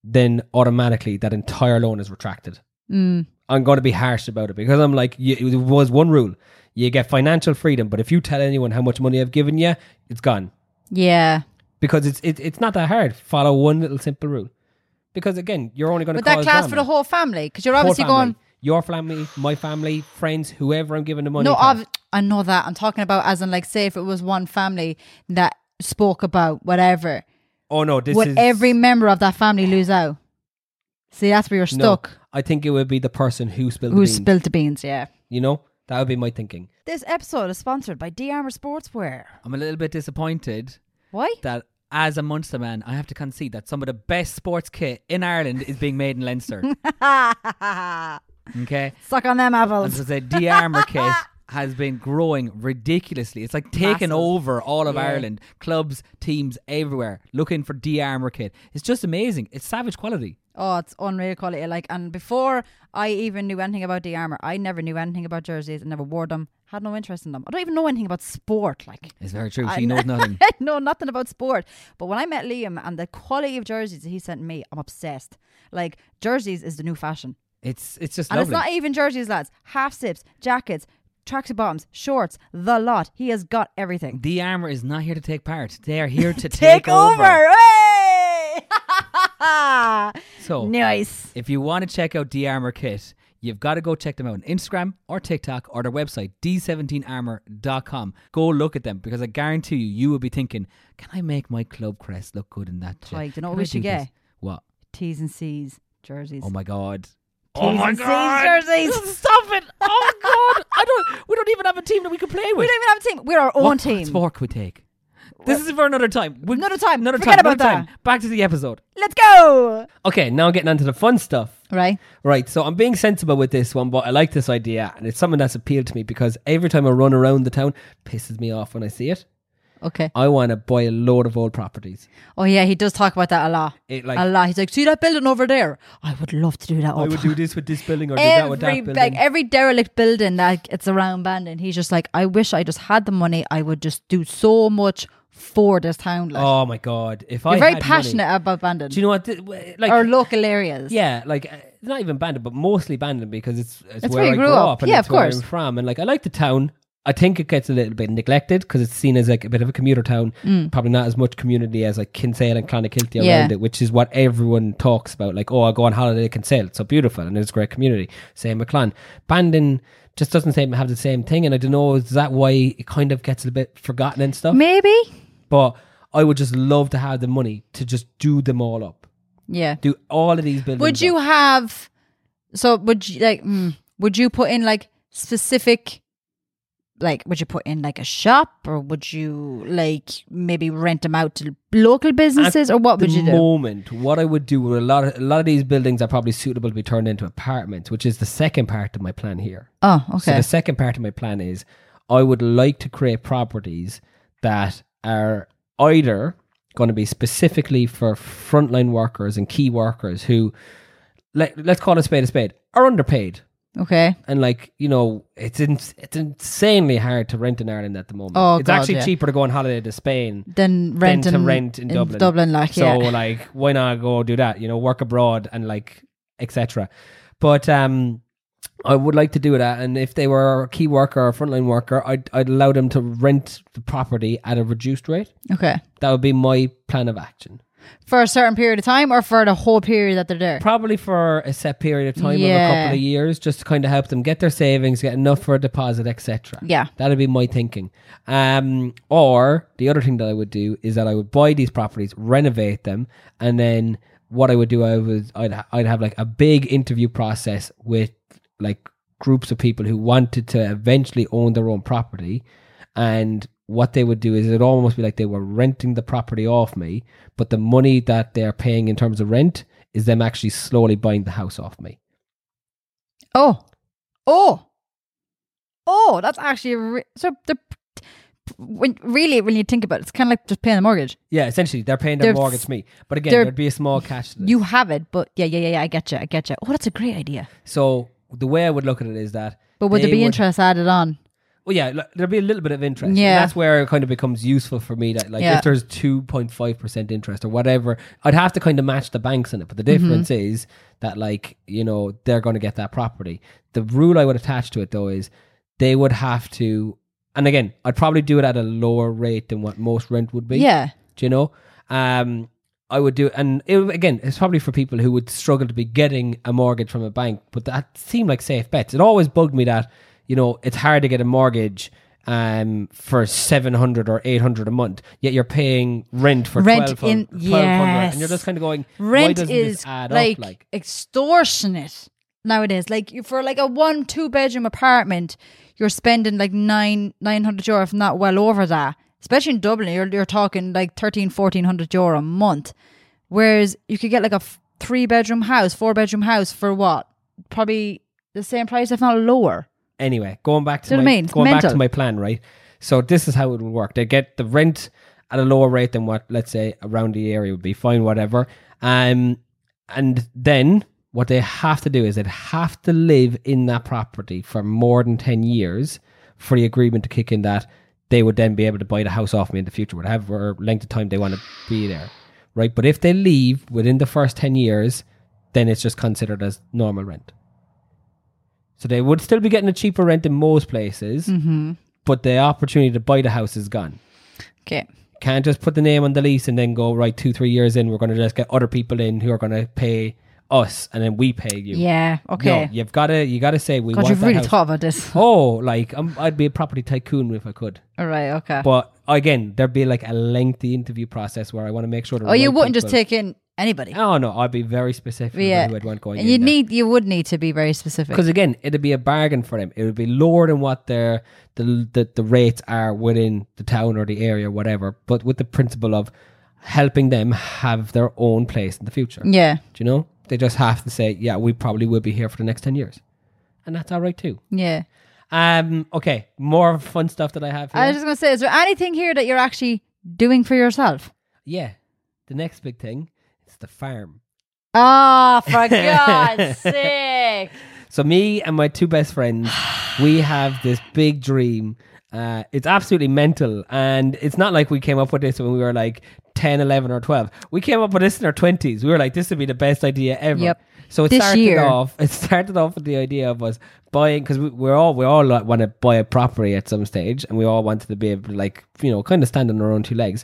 then automatically that entire loan is retracted.
Mm,
I'm going to be harsh about it because I'm like, you, it was one rule. You get financial freedom, but if you tell anyone how much money I've given you, it's gone.
yeah.
Because it's it, it's not that hard. Follow one little simple rule. Because again, you're only going to
But that
cause
class for
drama.
the whole family, because you're
Whole
obviously
family.
going.
your family, my family, friends, whoever I'm giving the money
No,
to.
I've, I know that. I'm talking about as in like, say if it was one family that spoke about whatever,
oh no, this
would
is
every member of that family lose out? See, that's where you're
no,
stuck.
I think it would be the person who spilled
Who
the beans.
spilled the beans? Yeah.
you know, that would be my thinking.
This episode is sponsored by D Armor Sportswear.
I'm a little bit disappointed
Why?
that as a Munster man, I have to concede that some of the best sports kit in Ireland is being made in Leinster. okay,
Suck on them
and so
apples.
the D armor kit has been growing ridiculously. It's like taken
Massive.
over all of
Yeah.
Ireland, clubs, teams everywhere looking for D armor kit. It's just amazing. It's savage quality.
Oh, it's unreal quality. Like, and before I even knew anything about D Armor, I never knew anything about jerseys. I never wore them. Had no interest in them. I don't even know anything about sport. Like,
It's very true.
I
She knows nothing.
I know nothing about sport. But when I met Liam and the quality of jerseys that he sent me, I'm obsessed. Like jerseys is the new fashion.
It's it's just
And
lovely.
it's not even jerseys, lads. Half sips, jackets, tracksuit bottoms, shorts, the lot. He has got everything.
D armor is not here to take part. They are here to
Take,
take,
over. Hey!
Oh.
So
nice.
If you want to check out D Armor Kit, you've got to go check them out on Instagram or TikTok or their website, d17armor.com. Go look at them because I guarantee you, you will be thinking, can I make my club crest look good in that? shit?
Like, do you know
Can
what
I
we should
do this?"
get?
What?
T's and C's jerseys.
Oh my God. Oh
T's and C's jerseys.
Stop it. Oh God. I don't, we don't even have a team that we can play
We
with.
don't even have a team. We're our own
What
team.
sport could we take? This is for another time. We-
Another time.
Another
Forget
time.
about
another time. Back to the episode.
Let's go.
Okay, now getting onto the fun stuff.
Right.
Right, so I'm being sensible with this one, but I like this idea, and it's something that's appealed to me because every time I run around the town, pisses me off when I see it.
Okay.
I want to buy a load of old properties.
Oh yeah, he does talk about that a lot.
It, like-
a lot. He's like, see that building over there? I would love to do that.
I
over
would do this with this building or do that
every
with that building.
like every derelict building that it's around Bandon. He's just like, I wish I just had the money. I would just do so much for this town. Like,
oh my god! If I
You're very
had money-
passionate about Bandon
do you know what? th- w- Like,
or local areas.
yeah, like uh, not even Bandon, but mostly Bandon because it's it's,
It's where
where, I
you
grew
grew
up,
up.
and
Yeah,
it's
of
where I'm
course.
from, and like I like the town. I think it gets a little bit neglected because it's seen as like a bit of a commuter town. Probably not as much community as like Kinsale and Clonakilty around
Mm. Yeah.
it, which is what everyone talks about. Like, oh, I go on holiday to Kinsale; it's so beautiful and it's a great community. Same with Clan. Bandon just doesn't seem to have the same thing, and I don't know is that why it kind of gets a bit forgotten and stuff.
maybe.
But I would just love to have the money to just do them all up,
Yeah.
do all of these buildings.
Would
up.
you have? So would you like? Mm, would you put in like specific? Like, would you put in like a shop, or would you like maybe rent them out to local businesses, or what
the
would you do?
moment, what I would do with a lot of a lot of these buildings are probably suitable to be turned into apartments, which is the second part of my plan here.
Oh,
So
okay.
the second part of my plan is I would like to create properties that are either going to be specifically for frontline workers and key workers who let, let's call a spade a spade are underpaid
okay.
and like you know it's ins it's insanely hard to rent in Ireland at the moment.
Oh,
it's
God,
actually
yeah.
cheaper to go on holiday to Spain
Then rent
than to
in-
rent in, Dublin.
Dublin, like
so
yeah.
like why not go do that? You know, work abroad and like etc. But um, I would like to do that, and if they were a key worker or a frontline worker, I'd I'd allow them to rent the property at a reduced rate.
Okay.
That would be my plan of action.
For a certain period of time or for the whole period that they're there?
probably for a set period of time of a
Yeah.
couple of years just to kind of help them get their savings get enough for a deposit etc
Yeah.
that'd be my thinking um or the other thing that i would do is that i would buy these properties renovate them and then what i would do i would i'd, I'd have like a big interview process with like groups of people who wanted to eventually own their own property and what they would do is it'd almost be like they were renting the property off me, but the money that they're paying in terms of rent is them actually slowly buying the house off me.
Oh. Oh. Oh, that's actually re- so the when really when you think about it, it's kind of like just paying the mortgage.
Yeah, essentially they're paying their
They're-
mortgage to me. But again,
they're-
there'd be a small cash. to this.
You have it, but yeah, yeah, yeah, yeah, I get you, I get you. Oh, that's a great idea.
so the way I would look at it is that.
But would
they
there be interest added on?
Well, yeah, like, there'd be a little bit of interest. Yeah,
Yeah.
that's where it kind of becomes useful for me. That like
Yeah.
if there's two point five percent interest or whatever, I'd have to kind of match the banks in it. But
Mm-hmm.
the difference is that like you know they're going to get that property. The rule I would attach to it though is they would have to, and again, I'd probably do it at a lower rate than what most rent would be.
Yeah.
do you know? Um, I would do, and it, again, it's probably for people who would struggle to be getting a mortgage from a bank, but that seemed like safe bets. It always bugged me that you know it's hard to get a mortgage um for 700 or 800 a month yet you're paying rent for
Rent
1200
in-
1200, and you're
yes.
just kind of going why
Rent
doesn't
is
this add
like,
up like
extortionate nowadays. Like you- for like a one two bedroom apartment, you're spending like nine nine hundred euro, if not well over that. Especially in Dublin, you're you're talking like 13, 1400 euro a month. Whereas you could get like a f- three bedroom house, four bedroom house for what? Probably the same price, if not lower.
anyway, going back to
Do you know what
my,
I mean? It's
going back to
mental.
my plan, right? So this is how it would work. They get the rent at a lower rate than what, let's say, around the area would be fine, whatever. Um, and then what they have to do is they'd have to live in that property for more than ten years for the agreement to kick in that they would then be able to buy the house off me in the future, whatever length of time they want to be there, right? But if they leave within the first ten years, then it's just considered as normal rent. So they would still be getting a cheaper rent in most places,
Mm-hmm.
but the opportunity to buy the house is gone.
Okay.
Can't just put the name on the lease and then go right two, three years in. We're going to just get other people in who are going to pay us, and then we pay you.
Yeah. Okay.
No, you've got to you got to say we
God,
want
you've
that
really
house.
thought about this.
Oh, like i I'd be a property tycoon if I could.
All right. Okay.
But again, there'd be like a lengthy interview process where I want to make sure. the
oh, you
right
wouldn't just
people-
take in anybody.
Oh no, I'd be very specific. Yeah,
yeah.
who I'd want going.
and
in
you
there.
need you would need to be very specific.
because again it'd be a bargain for them it would be lower than what their the, the the rates are within the town or the area whatever but with the principle of helping them have their own place in the future
Yeah.
do you know they just have to say yeah we probably will be here for the next 10 years and that's all right too
Yeah.
um okay more fun stuff that i have here
I was just gonna say, is there anything here that you're actually doing for yourself?
yeah the next big thing is the farm
Ah, for God's sake!
So me and my two best friends, we have this big dream. Uh, it's absolutely mental. And it's not like we came up with this when we were like 10, 11 or 12. We came up with this in our 20s. We were like, this would be the best idea ever.
Yep.
So it
This
started
year.
off, it started off with the idea of us buying, cause we, we're all, we all like, want to buy a property at some stage and we all wanted to be able to like, you know, kind of stand on our own two legs.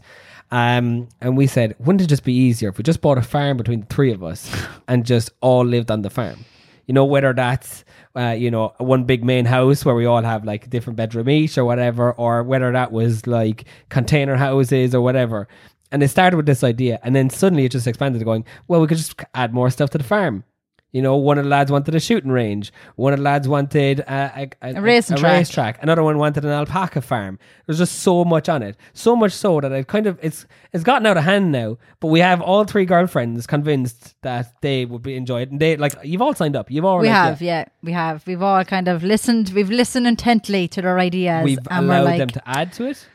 Um, and we said, wouldn't it just be easier if we just bought a farm between the three of us and just all lived on the farm? You know, whether that's uh, you know one big main house where we all have like a different bedroom each or whatever, or whether that was like container houses or whatever. And it started with this idea, and then suddenly it just expanded to going, well, we could just add more stuff to the farm. You know, one of the lads wanted a shooting range. One of the lads wanted a, a,
A racing track.
racetrack. Another one wanted an alpaca farm. There's just so much on it, so much so that it kind of it's it's gotten out of hand now. But we have all three girlfriends convinced that they would be enjoyed, and they like you've all signed up. You've all
We
like,
have, yeah. we have. We've all kind of listened. We've listened intently to their ideas,
We've
and
allowed
we're like,
them to add to it.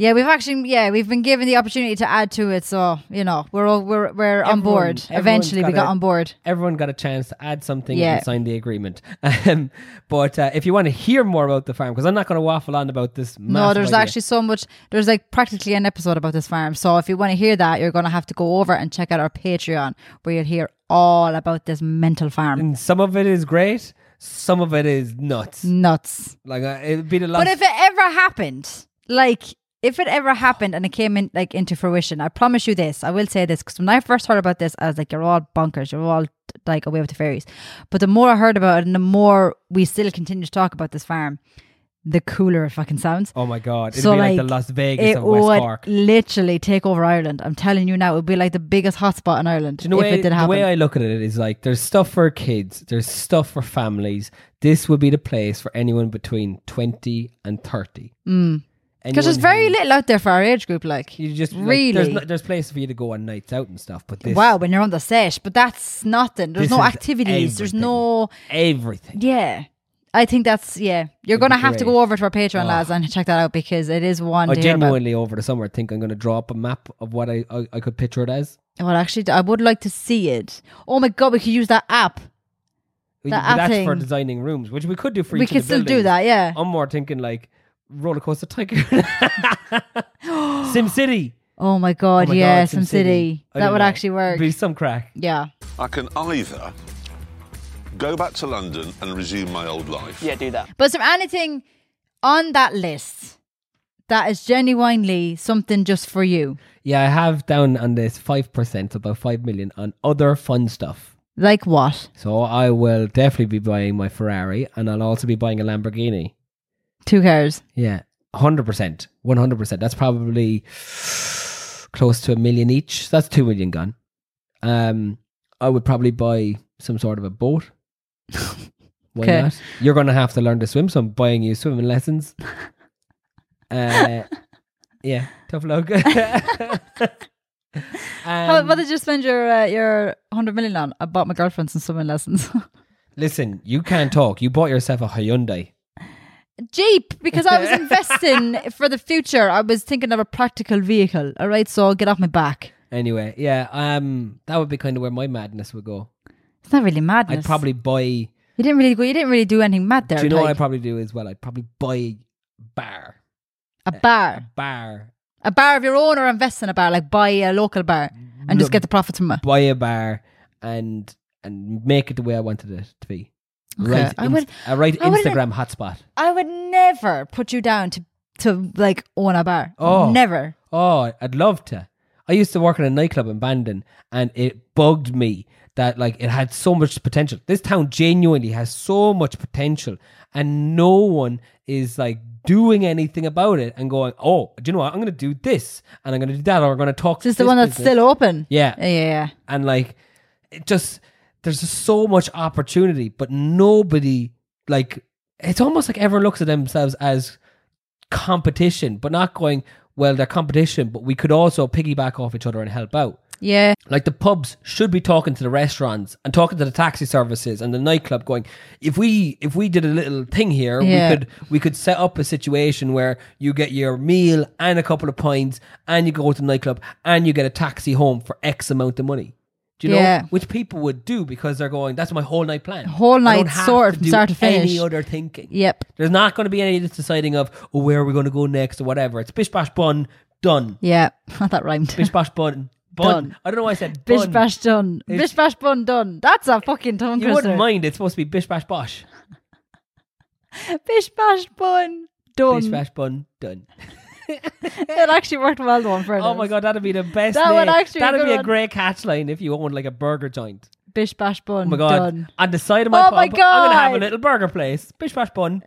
yeah, we've actually, yeah, we've been given the opportunity to add to it. So you know, we're all we're we're on
Everyone-
board.
everyone's
Eventually, we got
gotta-
on board.
Everyone got a chance to add something
Yeah.
and sign the agreement. Um, but uh, if you want to hear more about the farm, because I'm not going to waffle on about this.
No,
massive
there's
idea.
actually so much. There's like practically an episode about this farm. So if you want to hear that, you're gonna have to go over and check out our Patreon, where you'll hear all about this mental farm.
And some of it is great, some of it is nuts.
Nuts.
Like uh, it'd be the last.
But if it ever happened, like if it ever happened and it came in like into fruition, I promise you this. I will say this because when I first heard about this, I was like, "You're all bonkers. You're all like away with the fairies." But the more I heard about it, and the more we still continue to talk about this farm, the cooler it fucking sounds.
oh my god, it'd
So,
be like,
like,
the Las Vegas
It
of West
would
Cork.
literally take over Ireland. I'm telling you now, it would be like the biggest hotspot in Ireland
Do you know
if
way,
it did
the
happen.
way I look at it is like there's stuff for kids, there's stuff for families. This would be the place for anyone between twenty and thirty.
Because there's
Anyone
Mm. very
who-
little out there for our age group. Like
You just
really
like, there's, no- there's places for you to go on nights out and stuff, but this
wow when you're on the set but that's nothing there's
This
no
is
activities there's
everything.
no
everything.
yeah i think that's yeah you're
It'd be
gonna have to
great.
go over to our patreon lads and check that out because it is one
I
to hear about.
genuinely over the summer think I'm going to draw up a map of what I, I I could picture it as.
well actually i would like to see it oh my god we could use that app
But
app
that's for
thing.
designing rooms, which we could do for
we
each of the Oh.
could still do
buildings.
that yeah
I'm more thinking like roller coaster tycoon, Sim City.
oh my god
Oh my
yeah
God,
some
SimCity.
city
I
that
don't
would
know.
actually work
Be some crack.
yeah
I can either go back to London and resume my old life.
Yeah, do that.
but is there anything on that list that is genuinely something just for you
Yeah, I have down on this 5%, about 5 million on other fun stuff.
Like what?
So I will definitely be buying my Ferrari and I'll also be buying a Lamborghini.
Two cars.
Yeah, 100%. 100%. That's probably close to a million each. That's 2 million gone. Um, I would probably buy some sort of a boat. Why
'Kay.
not? You're going to have to learn to swim, so I'm buying you swimming lessons. Uh, yeah, tough luck.
How,
Um,
what did you spend your uh, your hundred million on? I bought my girlfriend some swimming lessons.
Listen, you can't talk. You bought yourself a Hyundai.
Jeep, because I was investing for the future. I was thinking of a practical vehicle. All right, so get off my back.
Anyway, yeah, um, that would be kind of where my madness would go.
It's not really madness.
I'd probably buy.
you didn't really go. You didn't really do anything mad there.
Do you know what
like,
I'd probably do as well? I'd probably buy a bar,
a bar,
bar,
a bar of your own, or invest in a bar, like buy a local bar and just
Look-
get the profits from it.
buy a bar, and and make it the way I wanted it to be.
Okay,
Right,
I
inst-
would-
a right
I wouldn't-
Instagram hotspot.
I would never put you down to to like own a bar.
Oh.
never.
Oh, I'd love to. I used to work in a nightclub in Bandon, and it bugged me that like it had so much potential. This town genuinely has so much potential, and no one is like doing anything about it and going, "Oh, do you know what? I'm going to do this, and I'm going to do that, or I'm going to talk."
Is
to
this the one that's
business."
still open?
Yeah.
yeah.
and like it just there's just so much opportunity but nobody like it's almost like everyone looks at themselves as competition but not going well they're competition but we could also piggyback off each other and help out
Yeah.
like the pubs should be talking to the restaurants and talking to the taxi services and the nightclub going if we if we did a little thing here
Yeah.
we could we could set up a situation where you get your meal and a couple of pints and you go to the nightclub and you get a taxi home for x amount of money do you
Yeah.
know which people would do because they're going that's my whole night plan
Whole
I don't
night
have
sort
to
from
do
start to finish."
any other thinking
Yep.
there's not going to be any of this deciding of oh, where are we going to go next or whatever it's bish bash bun done
Yeah. that rhymed.
bish bash bun bun
Done.
i don't know why i said
Bish
bun.
bash done.
It's-
Bish bash bun done. That's a fucking tongue
You
twister.
wouldn't mind. It's supposed to be bish bash bosh.
Bish bash bun
Bish
done.
bash bun done.
It actually worked well though. For
Oh my god, that'd be the best.
That would
name.
actually be a
that'd
good
be a
one.
great catchline if you owned like a burger joint.
Bish bash bun
Oh my god!
done.
On the side of my
Oh
pub,
my
I'm gonna have a
God.
little burger place. Bish bash bun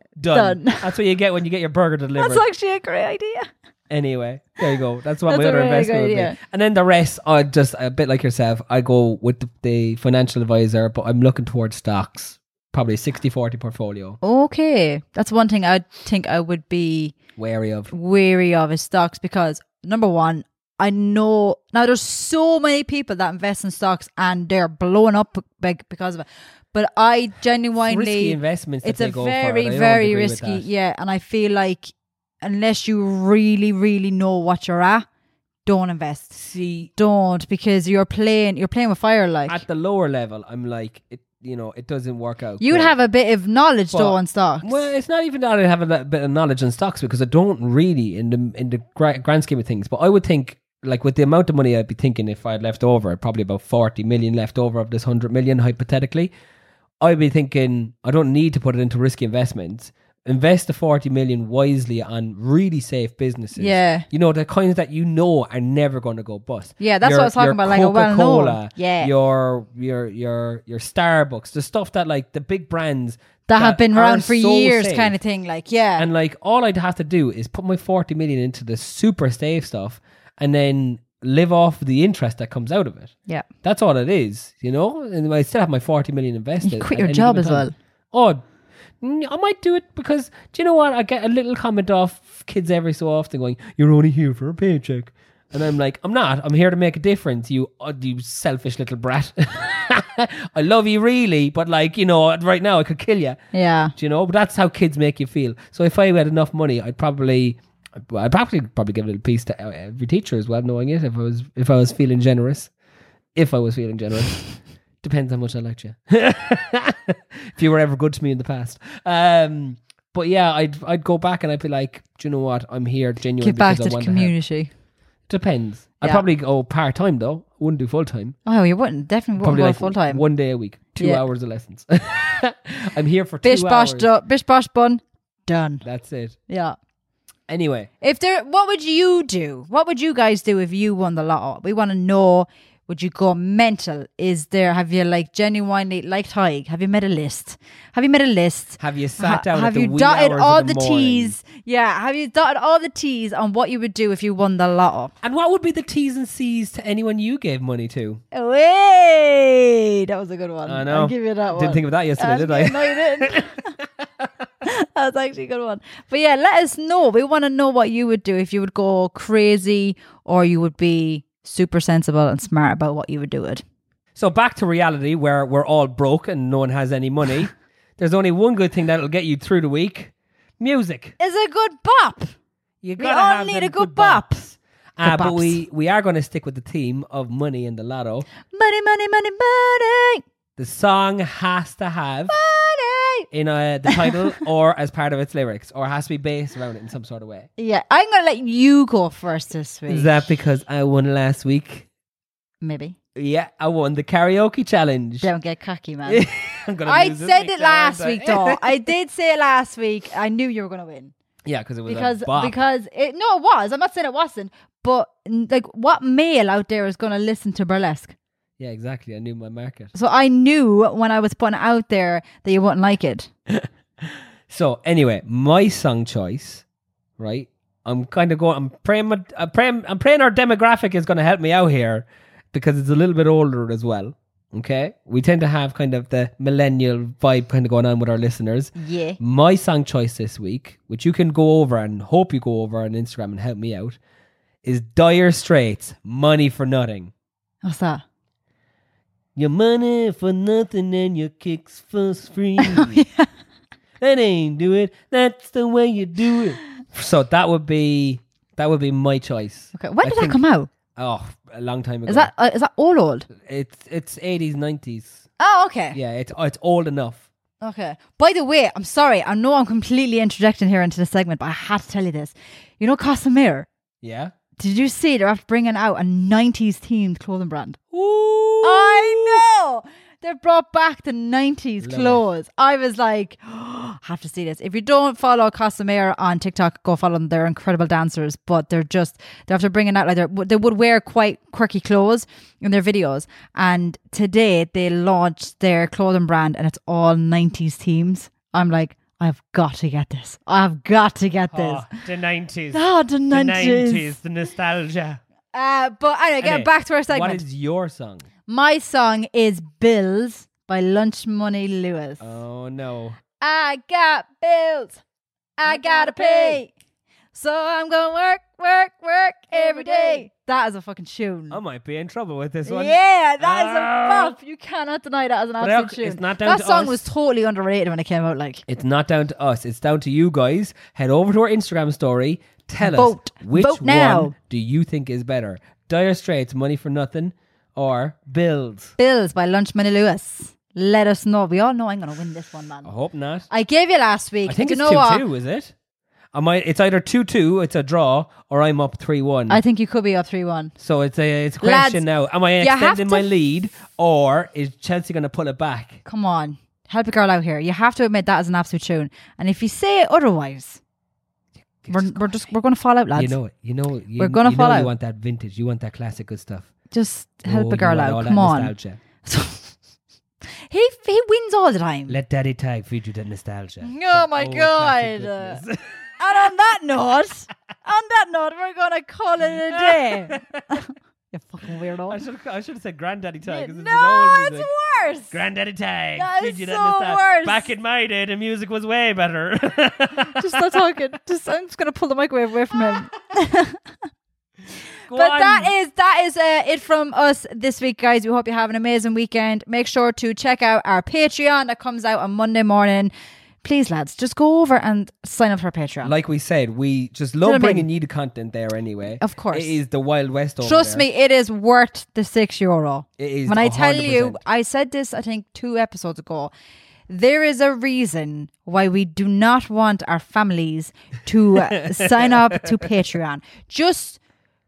Done.
done. That's what you get when you get your burger delivered.
That's actually a great idea.
anyway, there you go. That's what
That's
my
a really
other
good
investment would
idea.
be. And then the rest, I just a bit like yourself. I go with the, the financial advisor, but I'm looking towards stocks. Probably 60-40 portfolio.
Okay. That's one thing I think I would be
Wary of.
wary of is stocks because number one, I know now there's so many people that invest in stocks and they're blowing up big because of it. But I genuinely
Risky investments. that
it's a
they go for,
very
and I don't
very
agree with
risky
that.
yeah and i feel like unless you really really know what you're at don't invest
See,
don't because you're playing you're playing with fire like
at the lower level, I'm like, it, you know, it doesn't work out.
you'd
great.
have a bit of knowledge
But-
though on stocks
Well, it's not even that I have a li- bit of knowledge in stocks because I don't really in the in the gra- grand scheme of things. But I would think, like with the amount of money I'd be thinking if I had left over, probably about forty million left over of this hundred million hypothetically. I'd be thinking I don't need to put it into risky investments. Invest the forty million wisely on really safe businesses.
Yeah.
you know the kinds that you know are never going to go bust.
Yeah, that's
Your-
what I was talking
your
about, like a well-known.
Coca-Cola,
Yeah.
your your your your Starbucks, the stuff that like the big brands
that, have been
are
around for
so
years
safe.
kind of thing like yeah
And like all I'd have to do is put my forty million into the super safe stuff, and then live off the interest that comes out of it.
yeah
That's all it is, you know. And I still have my forty million invested.
You quit
at
your
any
job
given
as well.
time. Oh, mm, I might do it because do you know what? I get a little comment off kids every so often going, "You're only here for a paycheck," and I'm like, "I'm not. I'm here to make a difference. You, uh, you selfish little brat. I love you really, but like you know, right now I could kill you."
yeah
Do you know? But that's how kids make you feel. So if I had enough money, I'd probably, I'd probably probably give a little piece to e-, every teacher as well, knowing it. If I was if I was feeling generous, if I was feeling generous, depends how much I liked you. if you were ever good to me in the past, um, but yeah, I'd I'd go back and I'd be like, do you know what? I'm here genuinely
give back
because
to
I
the
want help."
community
Depends. I'd
Yeah.
probably go part time though. Wouldn't do full time.
oh you wouldn't definitely wouldn't
Probably
go
like
full time
one day a week, two
Yeah.
hours of lessons. I'm here for
bish
two
bash
hours.
do- bish bash bun done
That's it.
yeah
Anyway,
If there, what would you do? What would you guys do if you won the lotto? We want to know. Would you go mental? Is there? Have you like genuinely like Tyg? Have you made a list? Have you made a list?
Have you sat down at
Have
the
you
wee
dotted
hours of
all
the
the,
morning?
T's? Yeah. Have you dotted all the T's on what you would do if you won the lotto?
and what would be the T's and C's to anyone you gave money to?
Wait, that was a good one.
I know.
I'll give you that one.
Didn't think of that yesterday,
Uh,
did I?
No, you didn't. that was actually a good one. But yeah, let us know. We want to know what you would do if you would go crazy or you would be super sensible and smart about what you would do it.
So back to reality, where we're all broke and no one has any money. There's only one good thing that'll get you through the week: music.
It's a good bop.
You
We
gotta
all
have
need a
them
good bop.
bops. Uh,
Good
but
bops.
we we are going to stick with the theme of money in the lotto.
Money, money, money, money,
The song has to have
money.
in uh, the title or as part of its lyrics, or has to be based around it in some sort of way.
Yeah, I'm gonna let you go first this week.
Is that because I won last week?
Maybe
Yeah, I won the karaoke challenge.
don't get cocky, man.
I'm gonna
I
lose this
said
week
it
now,
last
aren't I?
week, though. I did say it last week. I knew you were gonna win.
yeah, because it was
because
a bop.
because it no it was i'm not saying it wasn't but n- like what male out there is going to listen to burlesque
yeah, exactly. I knew my market.
so i knew when i was putting it out there that you wouldn't like it
So anyway, my song choice, right? I'm kind of going. I'm praying. my- I'm praying. I'm praying our demographic is going to help me out here because it's a little bit older as well. Okay, we tend to have kind of the millennial vibe kind of going on with our listeners.
yeah
My song choice this week, which you can go over and hope you go over on Instagram and help me out, is Dire Straits, "Money for Nothing."
what's that
Your money for nothing and your kicks for free.
Oh,
That ain't do it. That's the way you do it. So that would be that would be my choice.
okay when
I
did
think-
that come out
Oh, a long time ago.
is that uh, is that all old
it's it's eighties, nineties.
oh okay
Yeah, it's it's old enough.
okay by the way i'm sorry i know i'm completely interjecting here into the segment but i had to tell you this you know Casimir
Yeah.
did you see they're after bringing out a 90s themed clothing brand
Ooh.
I know. They brought back the 90s
Love it.
clothes. I was like, have to see this. If you don't follow Casimir on TikTok, go follow them. They're incredible dancers, but they're just, they're after bringing out, like, they're- they would wear quite quirky clothes in their videos. And today they launched their clothing brand and it's all 90s themes. I'm like, I've got to get this. I've got to get this.
the nineties.
Ah, the 90s.
the nostalgia.
Uh, but anyway, get back to our segment.
What is your song?
My song is Bills by Lunch Money Lewis.
Oh no.
I got bills. I gotta pay. So I'm gonna work, work, work every day. That is a fucking tune.
I might be in trouble with Oh, this one.
yeah, that is
Ah.
a bop. You cannot deny that as an
But
absolute
I-
tune.
it's not down
that
to
song
us.
was totally underrated when it came out. Like,
It's not down to us. It's down to you guys. Head over to our Instagram story. Tell
Vote.
us which
Vote now.
one do you think is better? Dire Straits, Money for Nothing, or Builds?
Bills by Lunch Money Lewis. Let us know. We all know I'm gonna win this one, man.
I hope not.
I gave you last week.
Oh. I think
Do
it's
you know
two
what?
two. Is it? I might. It's either two two. It's a draw, or I'm up three one.
I think you could be up three one.
so it's a it's a
Lads,
question now. Am I
you have
extending
to-
my lead, or is Chelsea going to pull it back?
Come on. Help a girl out here. You have to admit that is an absolute tune. And if you say otherwise, we're, we're just we're gonna fall out, lads.
You know it. You know you,
We're gonna
you
fall
know
out.
You want that vintage. You want that classic good stuff.
just help
Oh,
a
you
girl
want all
out.
that
Come on.
nostalgia.
he he wins all the time.
Let Daddy Tag feed you that nostalgia.
oh my god. and on that note, on that note, we're gonna call it a day. you fucking
I
weirdo.
should I should have said Granddaddy Tag. 'cause
No,
it's an old
it's
music.
worse.
Granddaddy Tag.
That
feed
is
you that
so
nostalgia.
worse.
Back in my day, the music was way better.
just stop talking. Just I'm just gonna pull the microwave away from him.
Go
But
on.
that is that is uh, it from us this week, guys. We hope you have an amazing weekend. Make sure to check out our Patreon that comes out on Monday morning. Please, lads, just go over and sign up for our Patreon.
like we said, we just
what I
love
mean?
bringing you the content there anyway.
Of course.
it is the Wild West. Over
Trust
there.
me, it is worth the six euro.
It is
When I tell you,
100%.
I said this, I think, two episodes ago. There is a reason why we do not want our families to uh, sign up to Patreon. Just,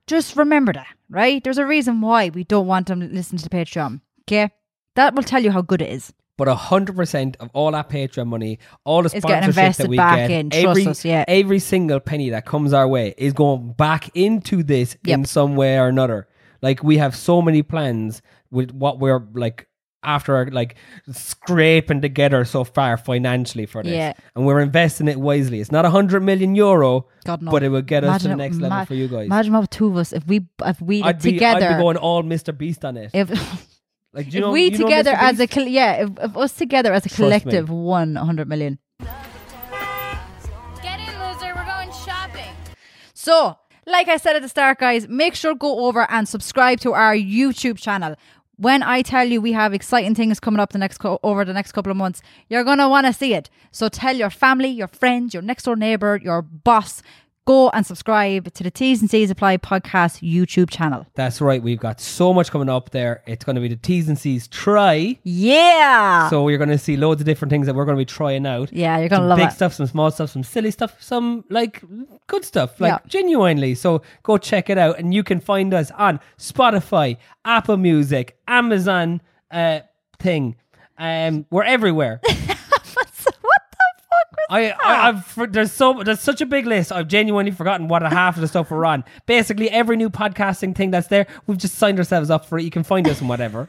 just remember that, right? There's a reason why we don't want them to listen to Patreon. Okay, that will tell you how good it is.
But hundred percent of all our Patreon money, all the
It's getting
sponsorship that
invested
we
back
get,
in, trust
every
us, yeah.
every single penny that comes our way is going back into this in
Yep.
some way or another. Like we have so many plans with what we're like after like scraping together so far financially for this,
Yeah.
and we're investing it wisely. It's not a hundred million euro,
God no.
but it will get us to
Imagine
the
it-
next level
ma-
for you guys.
Imagine what two of us if we if we did
I'd be,
together.
I'd be going all Mr. Beast on it.
if
like, do
if
you know,
we
you know
together
Mr.
as a
Beast?
col- yeah, if, if us together as a
me.
collective won 100 million.
Get it, loser. We're going shopping.
So, like I said at the start, guys, make sure go over and subscribe to our YouTube channel. When I tell you we have exciting things coming up the next co- over the next couple of months, you're gonna want to see it. So tell your family, your friends, your next door neighbor, your boss. Go and subscribe to the T's and C's Apply podcast YouTube channel.
That's right. We've got so much coming up there. It's going to be the T's and C's try.
Yeah,
So you're going to see loads of different things that we're going to be trying out.
yeah, you're gonna
some
love
big
it.
stuff, some small stuff, some silly stuff, some like good stuff, like
Yeah.
genuinely. So go check it out, and you can find us on Spotify, Apple Music, Amazon uh, thing. Um, we're everywhere.
what the fuck? Was
I, I I've for- there's so there's such a big list. I've genuinely forgotten what a half of the stuff we're on. Basically, every new podcasting thing that's there, we've just signed ourselves up for it. You can find us and whatever.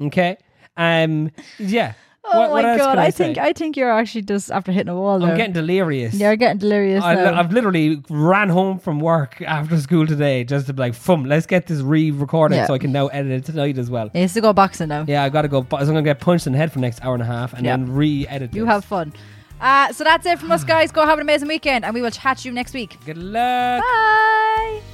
okay. Um. Yeah.
Oh
What-
my
what else
god!
can
I,
say?
think I think you're actually just after hitting a wall. There.
I'm getting delirious.
you're getting delirious.
I,
now.
have literally ran home from work after school today just to be like, "Fum, let's get this re-recorded
Yeah.
so I can now edit it tonight as well."
It needs to go boxing now.
Yeah, I gotta go. But I'm gonna get punched in the head for the next hour and a half and
Yeah.
then re-edit.
You
this.
have fun. Uh, so that's it from us, guys. Go have an amazing weekend, and we will chat to you next week.
good luck.
Bye.